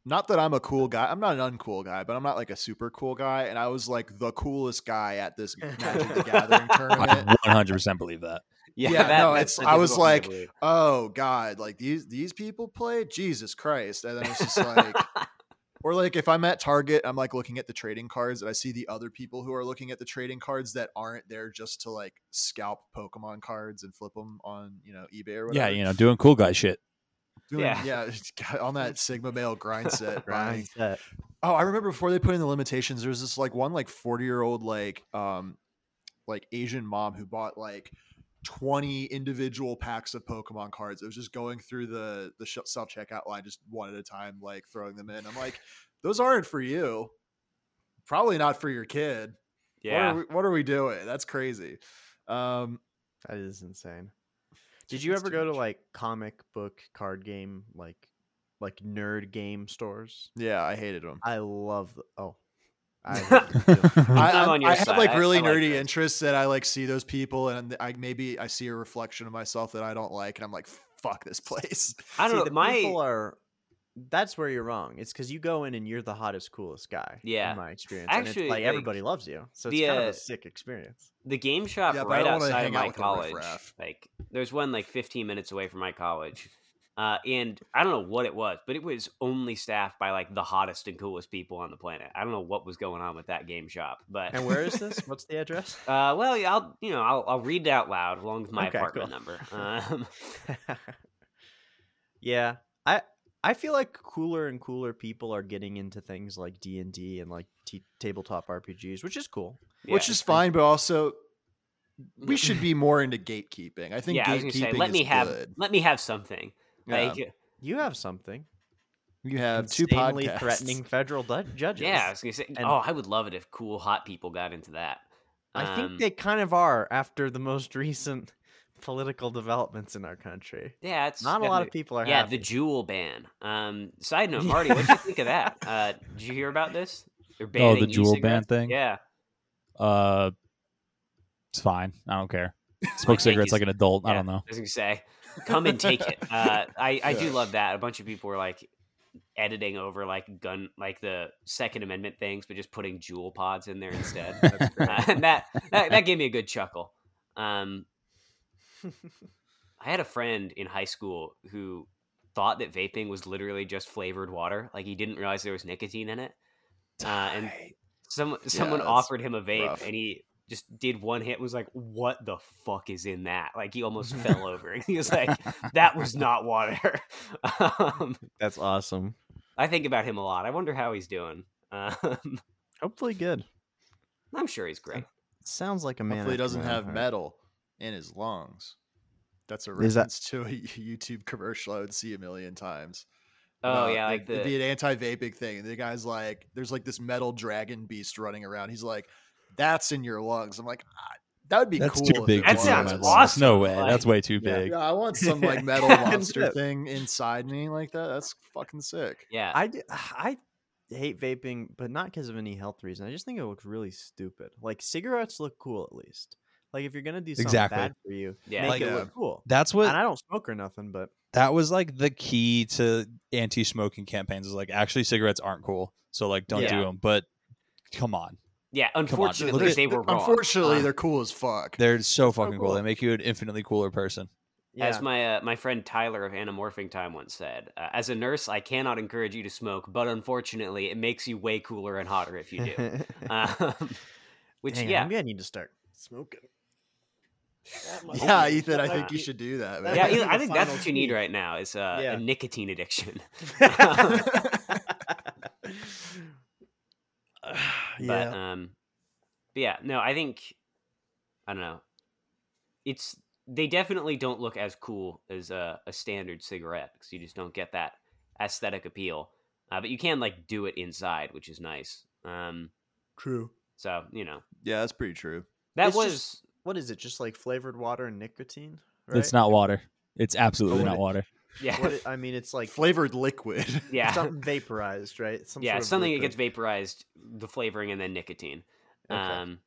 not that I'm a cool guy. I'm not an uncool guy, but I'm not like a super cool guy. And I was like the coolest guy at this Magic the Gathering tournament.
I 100 percent believe that.
Yeah, no, it's-
that's a
I was
difficult thing
like,
to believe.
Oh God, like these these people play? Jesus Christ. And then it's just like or like if I'm at Target, I'm like looking at the trading cards and I see the other people who are looking at the trading cards that aren't there just to like scalp Pokemon cards and flip them on, you know, eBay or whatever.
Yeah, you know, doing cool guy shit.
Doing-
Yeah.
yeah, on that Sigma male grind set, buying
Grind set.
Oh, I remember before they put in the limitations, there was this like one like 40 year old like um like Asian mom who bought like 20 individual packs of Pokemon cards. It was just going through the the self checkout line just one at a time, like throwing them in. I'm like, those aren't for you. Probably not for your kid. What
yeah,
are we, what are we doing? That's crazy. Um,
That is insane.
Just
Did you
gets
ever
too
go to
much.
like comic book card game like like nerd game stores?
yeah, I hated them.
I love. th- oh, I
I'm
hated them, too.
I,
I'm
I'm-
on your
I have
side.
like
I-
really
I like
nerdy
this.
interests that I like see those people and I maybe I see a reflection of myself that I don't like and I'm like fuck this place.
I don't
See,
know.
the
My
people are. That's where you're wrong. It's because you go in and you're the hottest, coolest guy.
Yeah.
in my experience, and
Actually,
it's like,
like,
everybody loves you, so it's
the,
kind of
uh,
a sick experience.
the game shop
Yeah, but I
right
don't wanna
outside of
hang out
my
with the riff
college.
raff.
Like there's one like 15 minutes away from my college. Uh, and I don't know what it was, but it was only staffed by like the hottest and coolest people on the planet. I don't know what was going on with that game shop, but
And where is this? What's the address?
uh, well, yeah, I'll you know I'll, I'll read it out loud along with my
Okay,
apartment
cool.
number. Um,
yeah, I I feel like cooler and cooler people are getting into things like D and D and like t- tabletop RPGs, which is cool.
Which
yeah.
is fine, but also we
Yeah.
should be more into gatekeeping. I think
yeah, I was
gatekeeping
gonna say let
is
me have
good.
let me have something.
Yeah.
Like
You have something.
you have two
insanely
podcasts.
threatening federal du- judges.
yeah, I was gonna say
And-
oh I would love it if cool hot people got into that.
I
Um,
think they kind of are after the most recent political developments in our country.
yeah it's
Not a lot of
definitely-
people are.
Yeah,
happy.
the jewel ban. Um, side note, Marty, what do you think of that? Uh, did you hear about this? They're
Oh, the
banning
jewel ban
e-cigarettes?
thing?
Yeah,
Uh, it's fine. I don't care. Smoke
take
cigarettes
is-
like an adult. I
yeah,
don't know.
I was gonna say, come and take it. Uh, I I do love that. A bunch of people were like editing over like gun like the Second Amendment things, but just putting jewel pods in there instead.
That's great.
Uh, and that, that that gave me a good chuckle. Um, I had a friend in high school who thought that vaping was literally just flavored water. Like he didn't realize there was nicotine in it. Uh, and someone someone
that's
offered him a vape,
rough.
and he just did one hit. and Was like, what the fuck is in that? Like he almost fell over. He was like, that was not water. um,
That's awesome.
I think about him a lot. I wonder how he's doing. Um,
Hopefully, good.
I'm sure he's great.
Sounds like a man.
Hopefully, he
after
doesn't
my own
have
heart.
metal in his lungs. That's a
Is that-
reference to a YouTube commercial I would see a million times.
Oh
about
yeah,
it-
like the
it'd be an anti-vaping thing. And the guy's like, there's like this metal dragon beast running around. He's like, that's in your lungs. I'm like, ah, that would be
That's
cool.
too
if
big.
it
That
to
was.
be in
sounds
my lungs.
awesome.
No way.
Like-
That's way too
Yeah.
big.
Yeah, I want some like metal
That's
monster
it.
thing inside me like that. That's fucking sick.
yeah.
I, d- I hate vaping, but not because of any health reason. I just think it looks really stupid. Like cigarettes look cool at least. Like if you're gonna do something
Exactly.
bad for you,
Yeah.
make
Like,
it
uh,
look cool.
That's what
and I don't smoke or nothing, but
that was like the key to anti-smoking campaigns is like actually cigarettes aren't cool so like don't do 'em.
Yeah.
do them but come on
yeah, unfortunately,
look at-
they were wrong.
Unfortunately,
Um,
they're cool as fuck.
they're so fucking cool.
cool.
they make you an infinitely cooler person
As my uh, my friend Tyler of Anamorphing Time once said, uh, as a nurse, I cannot encourage you to smoke, but unfortunately, it makes you way cooler and hotter if you do. Um, which,
Dang,
yeah,
maybe I need to start smoking.
Yeah,
oh,
Ethan, I think you should do that, man.
That
yeah,
might be
I
the
think that's
final
what you need
key.
right now is uh,
Yeah.
a nicotine addiction. But
yeah.
um but yeah, no, I think I don't know. It's they definitely don't look as cool as a, a standard cigarette because you just don't get that aesthetic appeal. Uh, but you can like do it inside, which is nice. Um,
True.
so you know
Yeah, that's pretty true.
that
It's
was
just- What is it? Just like flavored water and nicotine?
It's not water. It's absolutely
Oh,
not
it-
water.
yeah
What it, I mean, it's like
Flavored liquid.
yeah
something vaporized, right? Some
yeah
sort of
something that gets
liquid.
vaporized, the flavoring and then nicotine.
Okay.
Um,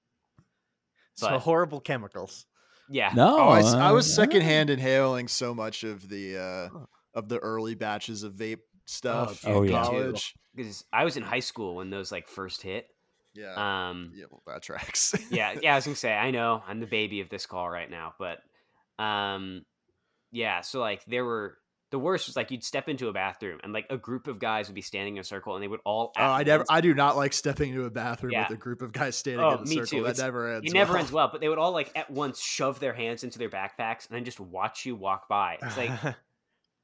so
but-
horrible chemicals.
yeah,
No,
Oh, I, s- I was
uh,
secondhand inhaling so much of the uh, of the early batches of vape stuff.
Oh,
in
yeah.
college.
because I was in high school when those like first hit.
Yeah,
Um,
yeah, well, that tracks.
yeah, yeah, I was gonna say, I know I'm the baby of this call right now, but um yeah, so like there were the worst was like you'd step into a bathroom and like a group of guys would be standing in a circle and they would all
Oh,
at
I never.
once-
I do not like stepping into a bathroom
Yeah.
with a group of guys standing
Oh,
in a
me
circle.
too.
That
It's-
never ends.
it never
well.
ends well, but they would all like at once shove their hands into their backpacks and then just watch you walk by. It's like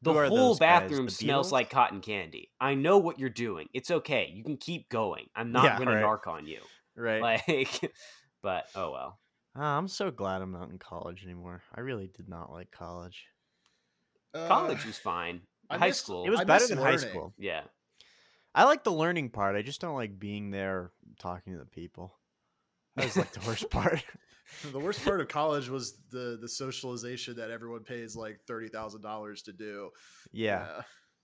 the
Who are
whole
those guys,
bathroom
the
smells
Beatles?
like cotton candy. I know what you're doing. It's okay. You can keep going. I'm not
Yeah,
gonna
right.
narc on you.
right.
Like but oh well.
Ah, I'm so glad I'm not in college anymore. I really did not like college.
Uh,
College was fine.
I
High
missed-
school
It was
I
better
miss
than high
learning.
school.
yeah.
I like the learning part. I just don't like being there talking to the people. That was like the worst part.
The worst part of college was the the socialization that everyone pays like thirty thousand dollars to do.
Yeah,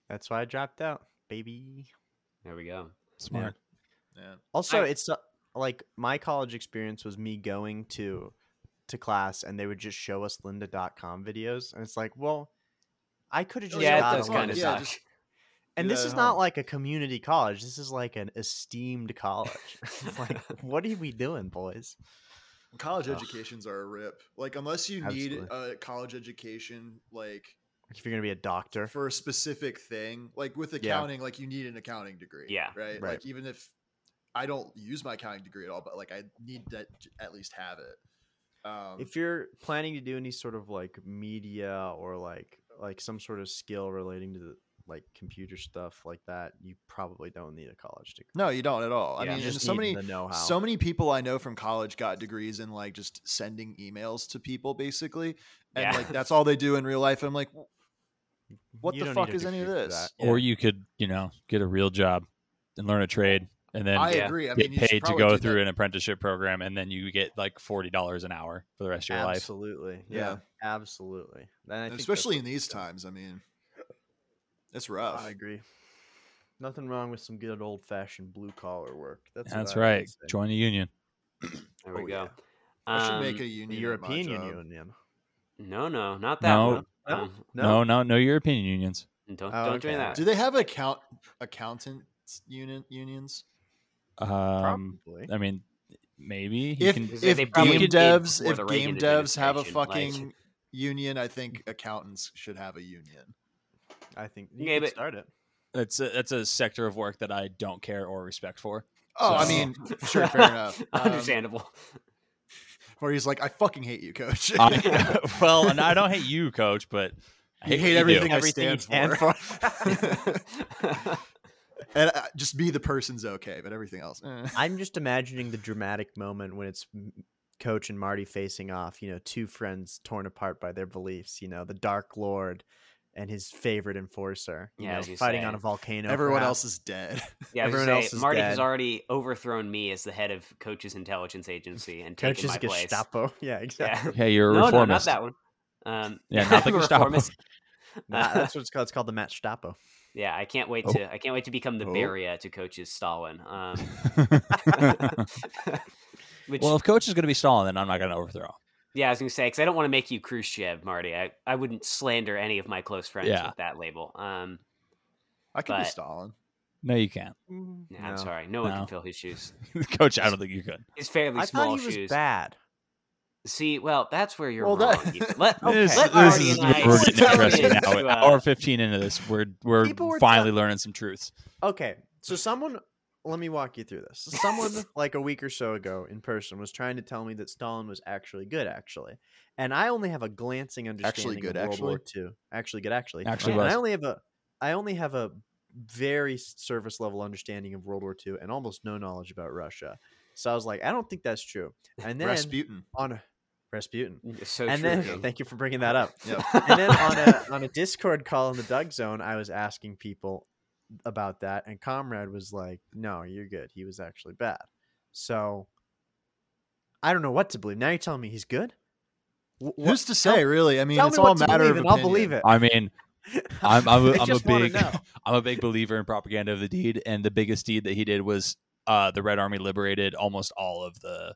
that's why I dropped out, baby.
There we go.
Smart.
yeah.
Also,
I-
it's uh, like my college experience was me going to to class and they would just show us lynda.com videos and it's like, well, I could have just
Oh, yeah,
got
it
gotta
does
on
learn.
kind of
Yeah,
suck.
just-
And
do
this
that
is
at
not
home.
like a community college. This is like an esteemed college. It's like, what are we doing, boys?
College
Ugh.
educations are a rip. Like unless you need a college education, like
If you're gonna be a doctor,
for a specific thing, like with
Yeah.
accounting, like you need an accounting degree.
Yeah.
Right.
Right.
Like even if I don't use my accounting degree at all, but like I need to at least have it. Um,
if you're planning to do any sort of like media or like like some sort of skill relating to the, like computer stuff like that, you probably don't need a college degree.
no, you don't at all.
Yeah.
I
you
mean, and
just
so
need
many,
the know-how.
so many people I know from college got degrees in like just sending emails to people basically, and
Yeah.
like that's all they do in real life. I'm like, "W- what
You
the
don't need
fuck
a
is any of
degree for
this?
that.
Or
Yeah.
you could, you know, get a real job and learn a trade and then
I
Yeah.
agree. I
get
mean, you should
paid to
probably
go
do that.
through an apprenticeship program and then you get like $40 an hour for the rest of your life.
absolutely, yeah,
Yeah.
absolutely. Then I
And
think that's
especially
what
in these
we've done.
times. I mean, it's rough.
I agree. Nothing wrong with some good old fashioned blue collar work. That's what
That's
I would
right.
say.
Join a union.
There we
Oh,
go.
yeah. I should make
Um,
a
the
union. at my
European
job.
Union.
No, no, not that
No.
one.
No?
Um,
No, no, no European unions.
don't
Oh,
don't join
okay.
that.
Do they have account accountants union unions?
Um,
probably.
I mean, maybe. you
If
can-
They-
if
they
game
probably did
devs
before
if
the Reagan
game devs have a
administration,
fucking
like-
union, I think accountants should have a union.
I think you
Yeah,
could
but-
start it.
that's a, that's a sector of work that I don't care or respect for.
Oh, I
So-
mean, sure, fair enough. Um,
Understandable.
where he's like, I fucking hate you, coach.
I, well, and I don't hate you, coach, but I
You
hate,
hate
what do.
everything I
Everything you
stand for.
yeah,
and uh, just be the person's okay, but everything else. eh.
I'm just imagining the dramatic moment when it's M- Coach and Marty facing off. You know, two friends torn apart by their beliefs. You know, the Dark Lord and his favorite enforcer. You
Yeah,
know,
as you
fighting
say.
on a volcano.
Everyone
perhaps.
else is dead.
everyone
Everyone
say,
else is
Marty has
dead.
already overthrown me as the head of Coach's intelligence agency and taken
Coach's
my place.
Gestapo. Yeah, exactly.
Yeah.
Hey, you're a
No, no, not
reformist.
that one. Um,
Yeah, not the
I'm a
Gestapo.
reformist.
Nah, that's what it's called. It's called the Matt Stapo.
Yeah, I can't wait
Oh.
to I can't wait to become the
Oh.
barrier to Coach's Stalin. Um, which
well, if coach is going to be stalling, then I'm not going to overthrow. him.
Yeah, I was gonna say because I don't want to make you Khrushchev, Marty. I, I wouldn't slander any of my close friends
Yeah.
with that label. Um,
I could be
But-
Stalin.
No, you can't,
nah, I'm sorry, no, one
No.
can fill his shoes.
coach. I don't think you could.
His fairly
I
small
thought he was
shoes.
bad.
See, well, that's where you're
Well,
wrong.
that-
Ethan. Let,
Okay.
This,
let
this
Marty
is
and I-
we're getting
let Marty
interesting
and
now. eh?
you,
An
uh,
hour fifteen into this, we're we're
People were
finally learning some truths.
Okay, so someone, let me walk you through this. Someone like a week or so ago in person was trying to tell me that Stalin was actually good, actually, and I only have a glancing understanding
good,
of World War II. Actually good, actually,
Actually
and
was.
I only have a, I only have a very s- surface level understanding of World War II and almost no knowledge about Russia. So I was like, I don't think that's true. And then
Rasputin.
on Rasputin,
It's so
and
true.
then
Ethan.
thank you for bringing that up
Yeah.
and then on a on a Discord call in the Doug Zone, I was asking people about that, and Comrade was like, "No, you're good. He was actually bad." So I don't know what to believe. Now you're telling me he's good. Wh- wh-
Who's to say,
tell-
really? I mean,
tell
it's
me
all a
what to
matter
believe
of
and
opinion.
I'll believe it.
I mean, I'm I'm a,
I
I'm a
just wanna
big
know.
I'm a big believer in propaganda of the deed, and the biggest deed that he did was uh, the Red Army liberated almost all of the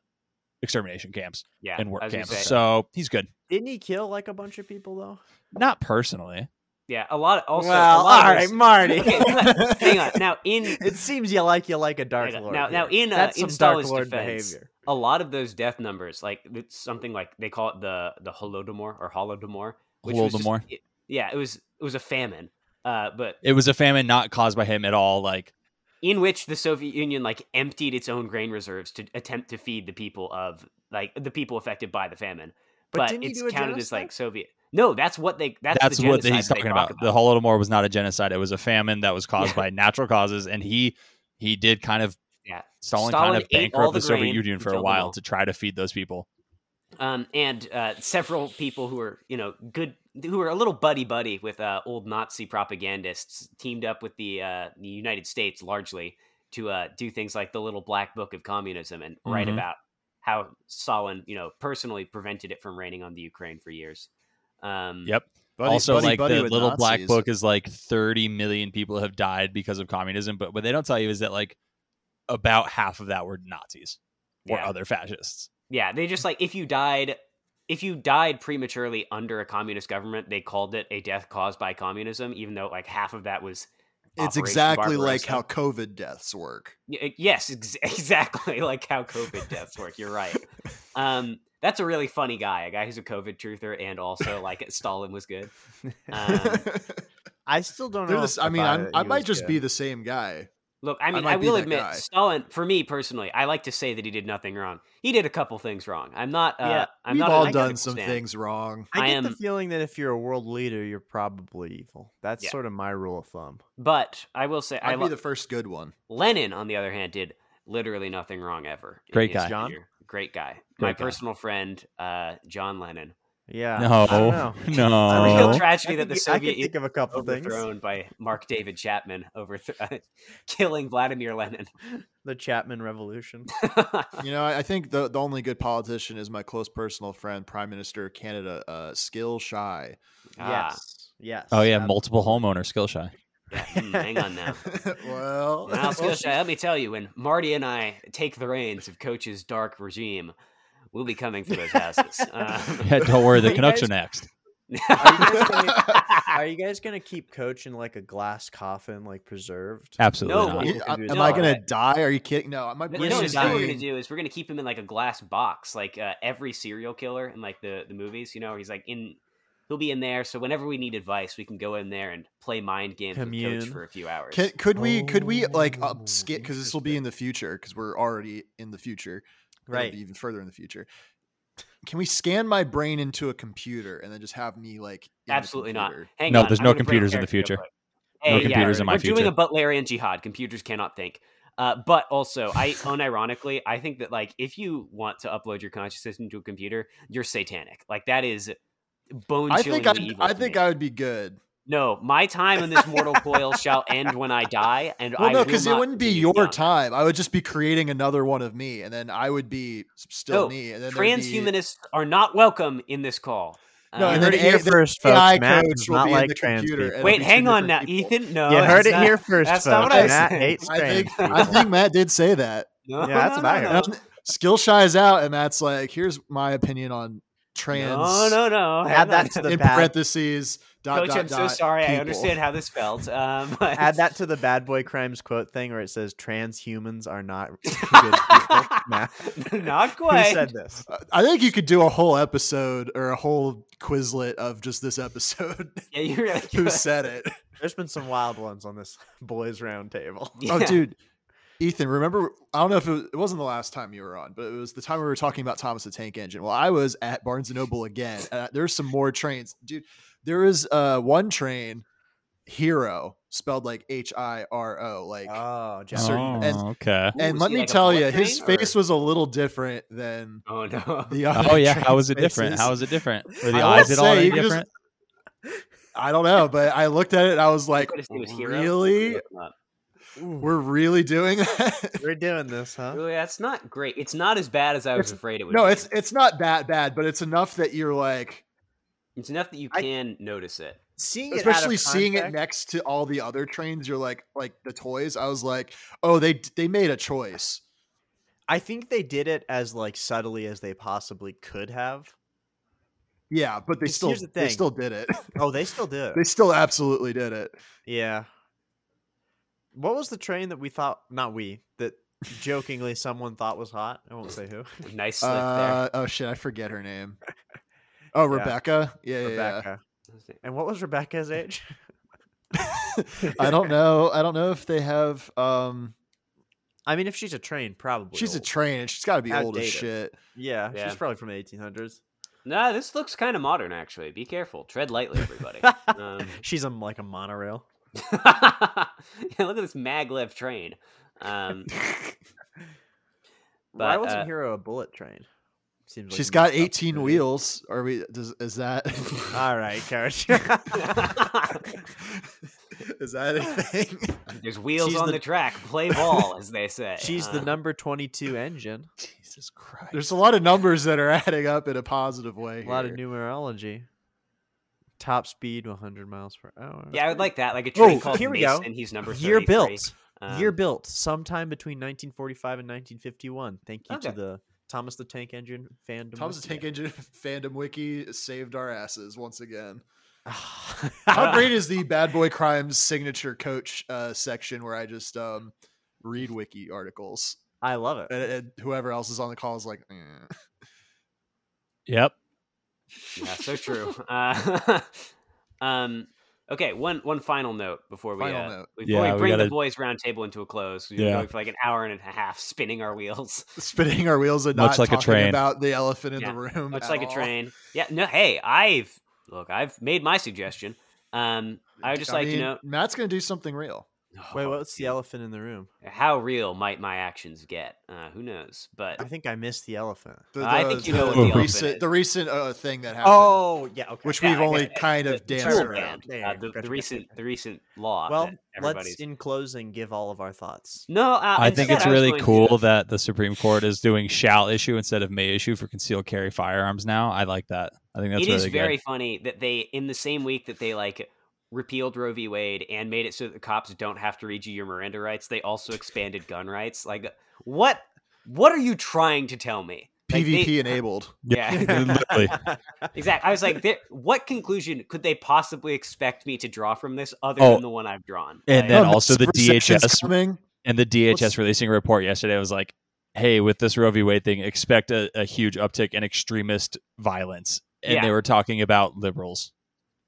extermination camps
yeah,
and
I
work
was gonna
camps.
say,
So he's good.
Didn't he kill like a bunch of people though?
Not personally.
yeah, a lot. Also, a
well,
lot
all
of
right,
this-
Marty.
Okay, but hang on. Now, in
it seems you like you like a dark
Hang on.
lord.
Now- now
here.
in, uh,
that's
in
some dark
Stalin's
lord
defense,
behavior.
a lot of those death numbers, like it's something like they call it the the Holodomor or Holodomor, which was just-
Holodomor.
it- yeah, it was it was a famine, uh, but
It was a famine not caused by him at all. Like
in which the Soviet Union like emptied its own grain reserves to attempt to feed the people of like the people affected by the famine.
But
But,
didn't he
it's
do a
counted as like
genocide?
Soviet. No, that's what they. That's,
that's,
the
what
genocide
he's
that they
talking
talk
about. The Holodomor was not a genocide. It was a famine that was caused
Yeah.
by natural causes, and he he did kind of
Yeah.
Stalin,
Stalin
kind of
ate all
bankrupt
the
the Soviet
grain
Union
and
for
killed
a
them all.
while to try to feed those people.
um, and uh, several people who are you know good who were a little buddy buddy with uh, old Nazi propagandists teamed up with the uh, the United States largely to uh, do things like the little black book of communism and write
Mhm.
about how Stalin you know personally prevented it from raining on the Ukraine for years. Um,
Yep.
Buddy-
also,
buddy-
like
buddy
the
with
little black
Nazis.
book is like 30 million people have died because of communism, but what they don't tell you is that like about half of that were Nazis or
Yeah.
other fascists.
Yeah, they just like if you died if you died prematurely under a communist government, they called it a death caused by communism, even though like half of that was.
It's
Operation
exactly like
Barbarossa.
how COVID deaths work.
Y- yes ex- exactly like how covid deaths work you're right um that's a really funny guy a guy who's a covid truther and also like stalin was good um,
I still don't
They're
know.
the s-
if
I mean,
buy
I'm,
that
I
he
might
was
just
good.
be the same guy.
look i mean
might
i,
be
will
that
admit
guy.
stalin for me personally i like to say that he did nothing wrong he did a couple things wrong i'm not uh
Yeah,
i'm
We've
not a
all
critical
done some
stand.
things wrong.
I,
I
get the
am-
feeling that if you're a world leader, you're probably evil. That's
Yeah.
sort of my rule of thumb.
but i will say i
I'd
love
be the first good one.
lenin on the other hand did literally nothing wrong ever in
Great
his
guy.
John?
career. great guy my
Great guy.
personal friend uh john lennon
Yeah. I don't
no,
know.
a
I
real
no.
think-
tragedy
I
that the
think- I
soviet
could
Union-
think of a couple things.
overthrown by Mark David Chapman over killing Vladimir Lenin. Ah,
The Chapman Revolution.
You know, I I think the, the only good politician is my close personal friend, Prime Minister of Canada, uh, Skill Shy.
Ah,
Yes. Yes.
Oh yeah,
ab-
multiple homeowner skill shy.
yeah, hmm, hang on now.
well,
Now, Skillshare, let me tell you, when Marty and I take the reins of Coach's dark regime, we'll be coming for those houses. Um,
Yeah, don't worry, the
You
Canucks
guys-
are next.
Are you guys gonna keep Coach in like a glass coffin, like preserved?
Absolutely
No,
not.
You-
Well,
I-
it's
am I
not.
gonna die? Are you kidding? No, my
You
brain
know what
is
instead we're
saying-
gonna do is we're gonna keep him in like a glass box, like uh, every serial killer in like the the movies. You know, where he's like in, he'll be in there. So whenever we need advice, we can go in there and play mind games with
Commune.
Coach for a few hours.
Can, could we could we like
Oh,
up skip because this will be in the future because we're already in the future It'll
Right.
be even further in the future can we scan my brain into a computer and then just have me like in the
Absolutely not.
computer?
Hang
No,
on,
there's
I'm
no
gonna bring up
computers in the
Eric real
future.
quick.
No
Hey, yeah,
computers in my
we're doing
future.
a Butlerian jihad. Computers cannot think. Uh, but also, I unironically, I think that like if you want to upload your consciousness into a computer, you're satanic. Like that is bone
i
chilling
think
evil.
i i
to
think
me.
i would be good
no. My time in this mortal coil shall end when I die, and
well
I
no
will
because it
not
wouldn't be
continue
your
beyond.
time i would just be creating another one of me and then i would be s- still
No,
me and then there'd be-
Transhumanists are not welcome in this call.
No,
Uh,
and
you
then
heard it here
A- the
first, folks.
AI
Matt
codes
does
will
not
be in
like
the
trans
computer, and
people.
it'll
wait,
be two
hang on now,
different people.
Ethan. No,
you
that's
heard it
not-
here first,
that's not
folks.
what I
Matt
said.
hates
I
trans
think,
people.
I think Matt did say that.
No,
Yeah, that's
no,
what I
no,
heard.
no.
And Skill shies out, and Matt's like, "Here's my opinion on trans."
No, no, no. hang
Add
on.
that to the
in
bad.
parentheses Dot,
Coach,
dot,
I'm so
dot,
sorry. I
people.
understand how this felt. Um, but-
Add that to the bad boy crimes quote thing where it says transhumans are not good people. Nah.
Not
Who
quite.
said this?
Uh, I think you could do a whole episode or a whole Quizlet of just this episode.
Yeah, you really
Who
could.
said it?
There's been some wild ones on this boys round table.
Oh,
Yeah.
dude. Ethan, remember? I don't know if it, was, it wasn't the last time you were on, but it was the time we were talking about Thomas the Tank Engine. Well, I was at Barnes and Noble again. Uh, there's some more trains, dude. There is uh, one train, Hero, spelled like H I R O, like
Oh, Jeff.
Sir-
oh,
and-
okay.
Ooh,
and
is
let
he
me
like a
tell
bullet
you, his
train, or-
face was a little different than
Oh no.
the other.
Oh yeah,
train
how is it different?
faces.
How is it different? Were the
I will
eyes at all
say,
any
you just-
different?
I don't know, but I looked at it and I was like,
His name is Hero.
really?
Look him up.
We're really doing that?
We're doing this, huh?
Really, that's not great. It's not as bad as I was afraid it would.
no,
be.
it's it's not that bad, but it's enough that you're like,
it's enough that you
I-
can notice it.
Seeing it out of
especially seeing it
context-
next to all the other trains. You're like, like the toys. I was like, oh, they they made a choice.
I think they did it as like subtly as they possibly could have.
Yeah, but they
Because
still
here's the
they
thing.
still did it.
Oh, they still did.
they still absolutely did it.
yeah. What was the train that we thought? Not we. That jokingly someone thought was hot. I won't say who.
Nice slip
Uh, oh shit, I forget her name. Oh,
Yeah.
Rebecca. Yeah, yeah, yeah.
Rebecca.
there.
And what was Rebecca's age?
I don't know. I don't know if they have. um
I mean, if she's a train, probably.
She's a
old.
train, and she's got to be old as
Outdated.
shit.
Yeah,
Yeah.
she's probably from the 1800s.
No, this looks kind of modern, actually. Be careful. Tread lightly, everybody. um,
she's a, like a monorail.
yeah, look at this maglev train. Um,
Why
But,
wasn't
uh,
Hero a bullet train? Seems like
She's
a
got
messed up
18
movie.
wheels. Are we? Does, is that?
All right, coach.
is that anything?
uh, there's wheels
She's
on
the-
the... track. Play ball, as they say.
she's the
Um,
number 22 engine.
Jesus Christ!
There's a lot of numbers that are adding up in a positive way.
A lot of
here.
numerology. Top speed 100 miles per hour.
Yeah, I would like that. Like a train
Oh,
called
here we go.
Mason. He's number
Year
33.
built.
Um,
Year built. Sometime between 1945 and 1951. Thank you to
Okay.
the Thomas the Tank Engine fandom.
Thomas the Tank
wiki.
Engine fandom wiki saved our asses once again. How
Ah.
great is the Bad Boy Crimes signature coach uh, section where I just um, read wiki articles
I love it.
and, and whoever else is on the call is like, "Eh."
Yep.
Yeah, so true. Uh, um, okay, one one final note before we
Final
uh,
note.
we,
Yeah,
before
we
we bring
gotta-
the boys round table into a close. We've been
Yeah.
going for like an hour and a half, spinning our wheels,
spinning our wheels and
Much
not
like a
talking
train.
about the elephant in
Yeah,
the room.
much
at
like a
all.
train. Yeah. No. Hey, I've look. I've made my suggestion. Um, I would just like
mean,
to know.
Matt's gonna do something real.
Wait,
Oh,
what's the
dude.
elephant in the room?
How real might my actions get? Uh, who knows? But
I think I missed the elephant.
I think you know what
the elephant
recent
is.
the recent uh, thing that happened,
Oh, yeah. Okay.
which
Yeah,
we've
I
only
get it.
kind
the,
of
the
danced
term
Turbo
around.
Band. There you
uh,
go.
the,
Gotcha,
the
gotcha,
recent
gotcha.
the recent law.
Well,
that
let's
everybody's
in closing give all of our thoughts.
no, uh,
I think
instead
it's
was
really
going to-
cool that the Supreme Court is doing shall issue instead of may issue for concealed carry firearms now. I like that. I think that's
It
really
is
good.
very funny that they in the same week that they like repealed Roe v. Wade and made it so that the cops don't have to read you your Miranda rights, they also expanded gun rights. Like what what are you trying to tell me? Like, they-
PvP enabled.
Yeah,
Literally.
exactly. I was like, there- what conclusion could they possibly expect me to draw from this other
Oh.
than the one I've drawn?
And
Like,
then also the
recession's
DHS
coming.
and the DHS
Let's-
releasing a report yesterday was like, "Hey, with this Roe v. Wade thing, expect a, a huge uptick in extremist violence." And
Yeah.
they were talking about liberals.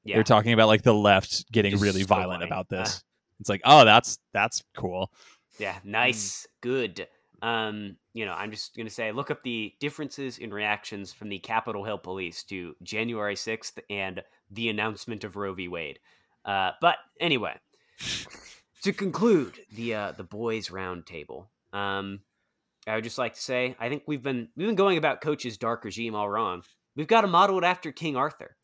yeah.
They're talking about like the left getting
Just
really
so
violent
funny.
about
Uh.
this. It's like, oh, that's that's cool.
Yeah, nice, good. Um, you know, I'm just gonna say, look up the differences in reactions from the Capitol Hill Police to January 6th and the announcement of Roe v. Wade. Uh, but anyway, to conclude the uh, the boys roundtable, um, I would just like to say, I think we've been we've been going about Coach's dark regime all wrong. We've got to model it after King Arthur.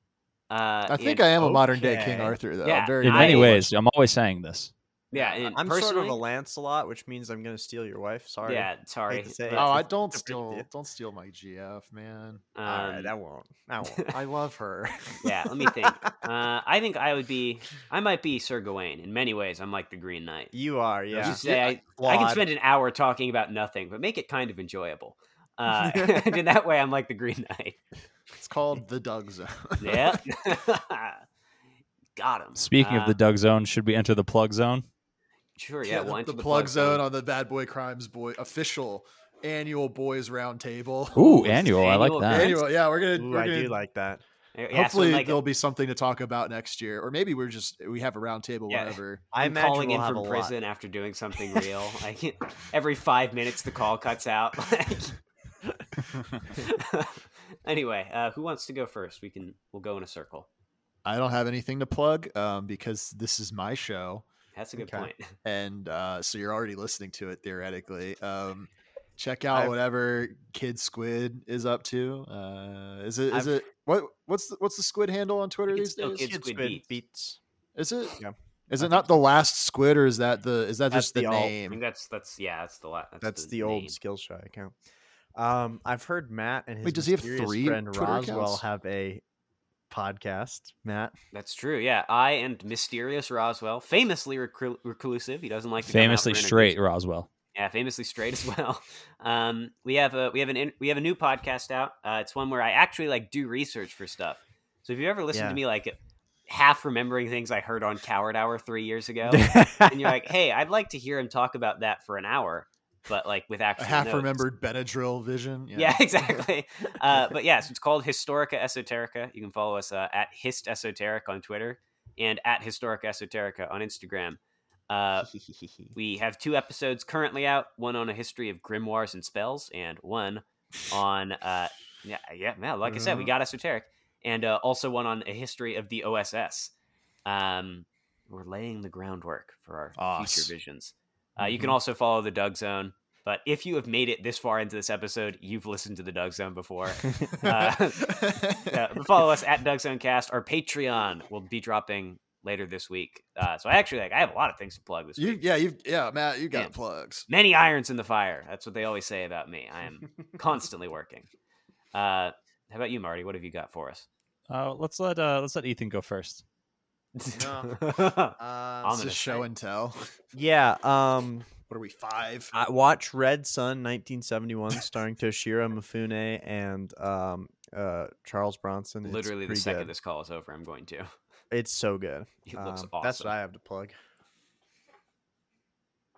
Uh,
I think I
and-
am a modern day King
okay.
Arthur, though.
Yeah,
I'm very
In many
I-
ways, I'm always saying this.
Yeah, and
I'm sort
personally,
of a Lancelot, which means I'm going to steal your wife. Sorry.
yeah. Sorry.
to say it.
but,
Oh, I don't
Different
steal.
deal.
Don't steal my GF, man.
All right,
um,
that won't. That won't.
I love her.
Yeah, let me think. uh, I think I would be. I might be Sir Gawain in many ways. I'm like the Green Knight.
you are, yeah.
You say I, I can spend an hour talking about nothing, but make it kind of enjoyable. Uh, and in that way, I'm like the Green Knight.
It's called the Doug Zone.
Yeah. Got him. Uh,
Speaking of the Doug zone, should we enter the plug zone?
sure, yeah,
Yeah,
we'll
the,
enter
the plug zone on the Bad Boy Crimes Boy official annual boys roundtable.
this
Ooh,
is
annual. I like
annual,
that.
Nice. guys.
Annual, yeah, we're gonna.
Ooh,
we're
I
gonna
do like that.
Yeah, so
hopefully,
like,
there'll be something to talk about next year, or maybe we're just we have a roundtable
Yeah.
whenever.
I
I'm
imagine
calling
we'll
in
have
from
a lot.
prison after doing something real. I can't, every five minutes, the call cuts out. Like- anyway, uh, who wants to go first? We can. We'll go in a circle.
I don't have anything to plug um, because this is my show.
That's a good
Okay.
point.
and uh, so you're already listening to it theoretically. Um, check out
I've-
whatever Kid Squid is up to. Uh, is it is
I've-
it what what's the, what's the squid handle on Twitter
think
these
it's still
days?
Kid Squid Beats.
beats.
Is it?
Yeah.
Is it not the last squid, or is that the is that
That's
just the,
the alt.
I mean,
name?
that's that's yeah. That's the la- that's,
That's the old
name.
Skillshare account. Um, I've heard Matt and his
Wait, does he have
mysterious
three
friend
Twitter
Roswell
accounts?
have a podcast. Matt,
That's true. Yeah, I and mysterious Roswell, famously recru- reclusive. He doesn't like to come out
Famously
for interviews.
straight, Roswell.
Yeah, famously straight as well. Um, we have a we have an in, we have a new podcast out. Uh, it's one where I actually like do research for stuff. So if you ever listen
Yeah.
to me like half remembering things I heard on Coward Hour three years ago, and you're like, hey, I'd like to hear him talk about that for an hour, but like with
A
actual
half
notes.
remembered Benadryl vision.
Yeah, exactly. Uh, but yeah, so it's called Historica Esoterica. You can follow us uh, at Hist Esoteric on Twitter and at Historica Esoterica on Instagram. Uh, we have two episodes currently out one on a history of grimoires and spells, and one on, uh, yeah, yeah, yeah, like I
Uh-huh.
said, we got esoteric, and uh, also one on a history of the OSS. Um, we're laying the groundwork for our
Awes. Mm-hmm.
future visions. Uh, You can also follow the Doug Zone. But if you have made it this far into this episode, you've listened to the Doug Zone before. Uh, yeah, but follow us at Doug Zone Cast. Our Patreon will be dropping later this week. Uh, so I actually like I have a lot of things to plug this
you
week.
yeah you yeah Matt you got
Yeah.
plugs.
Many irons in the fire. That's what they always say about me. I am constantly working. Uh, how about you, Marty? What have you got for us?
Uh, let's let uh, let's let Ethan go first.
It's
ominous,
just show and tell.
yeah. Um,
What are we five?
I watch Red Sun 1971 starring Toshiro Mifune and um, uh, Charles Bronson. It's
Literally the
pretty
second
good.
this call is over, I'm going to.
It's so good.
It looks
Um,
awesome.
That's what I have to plug.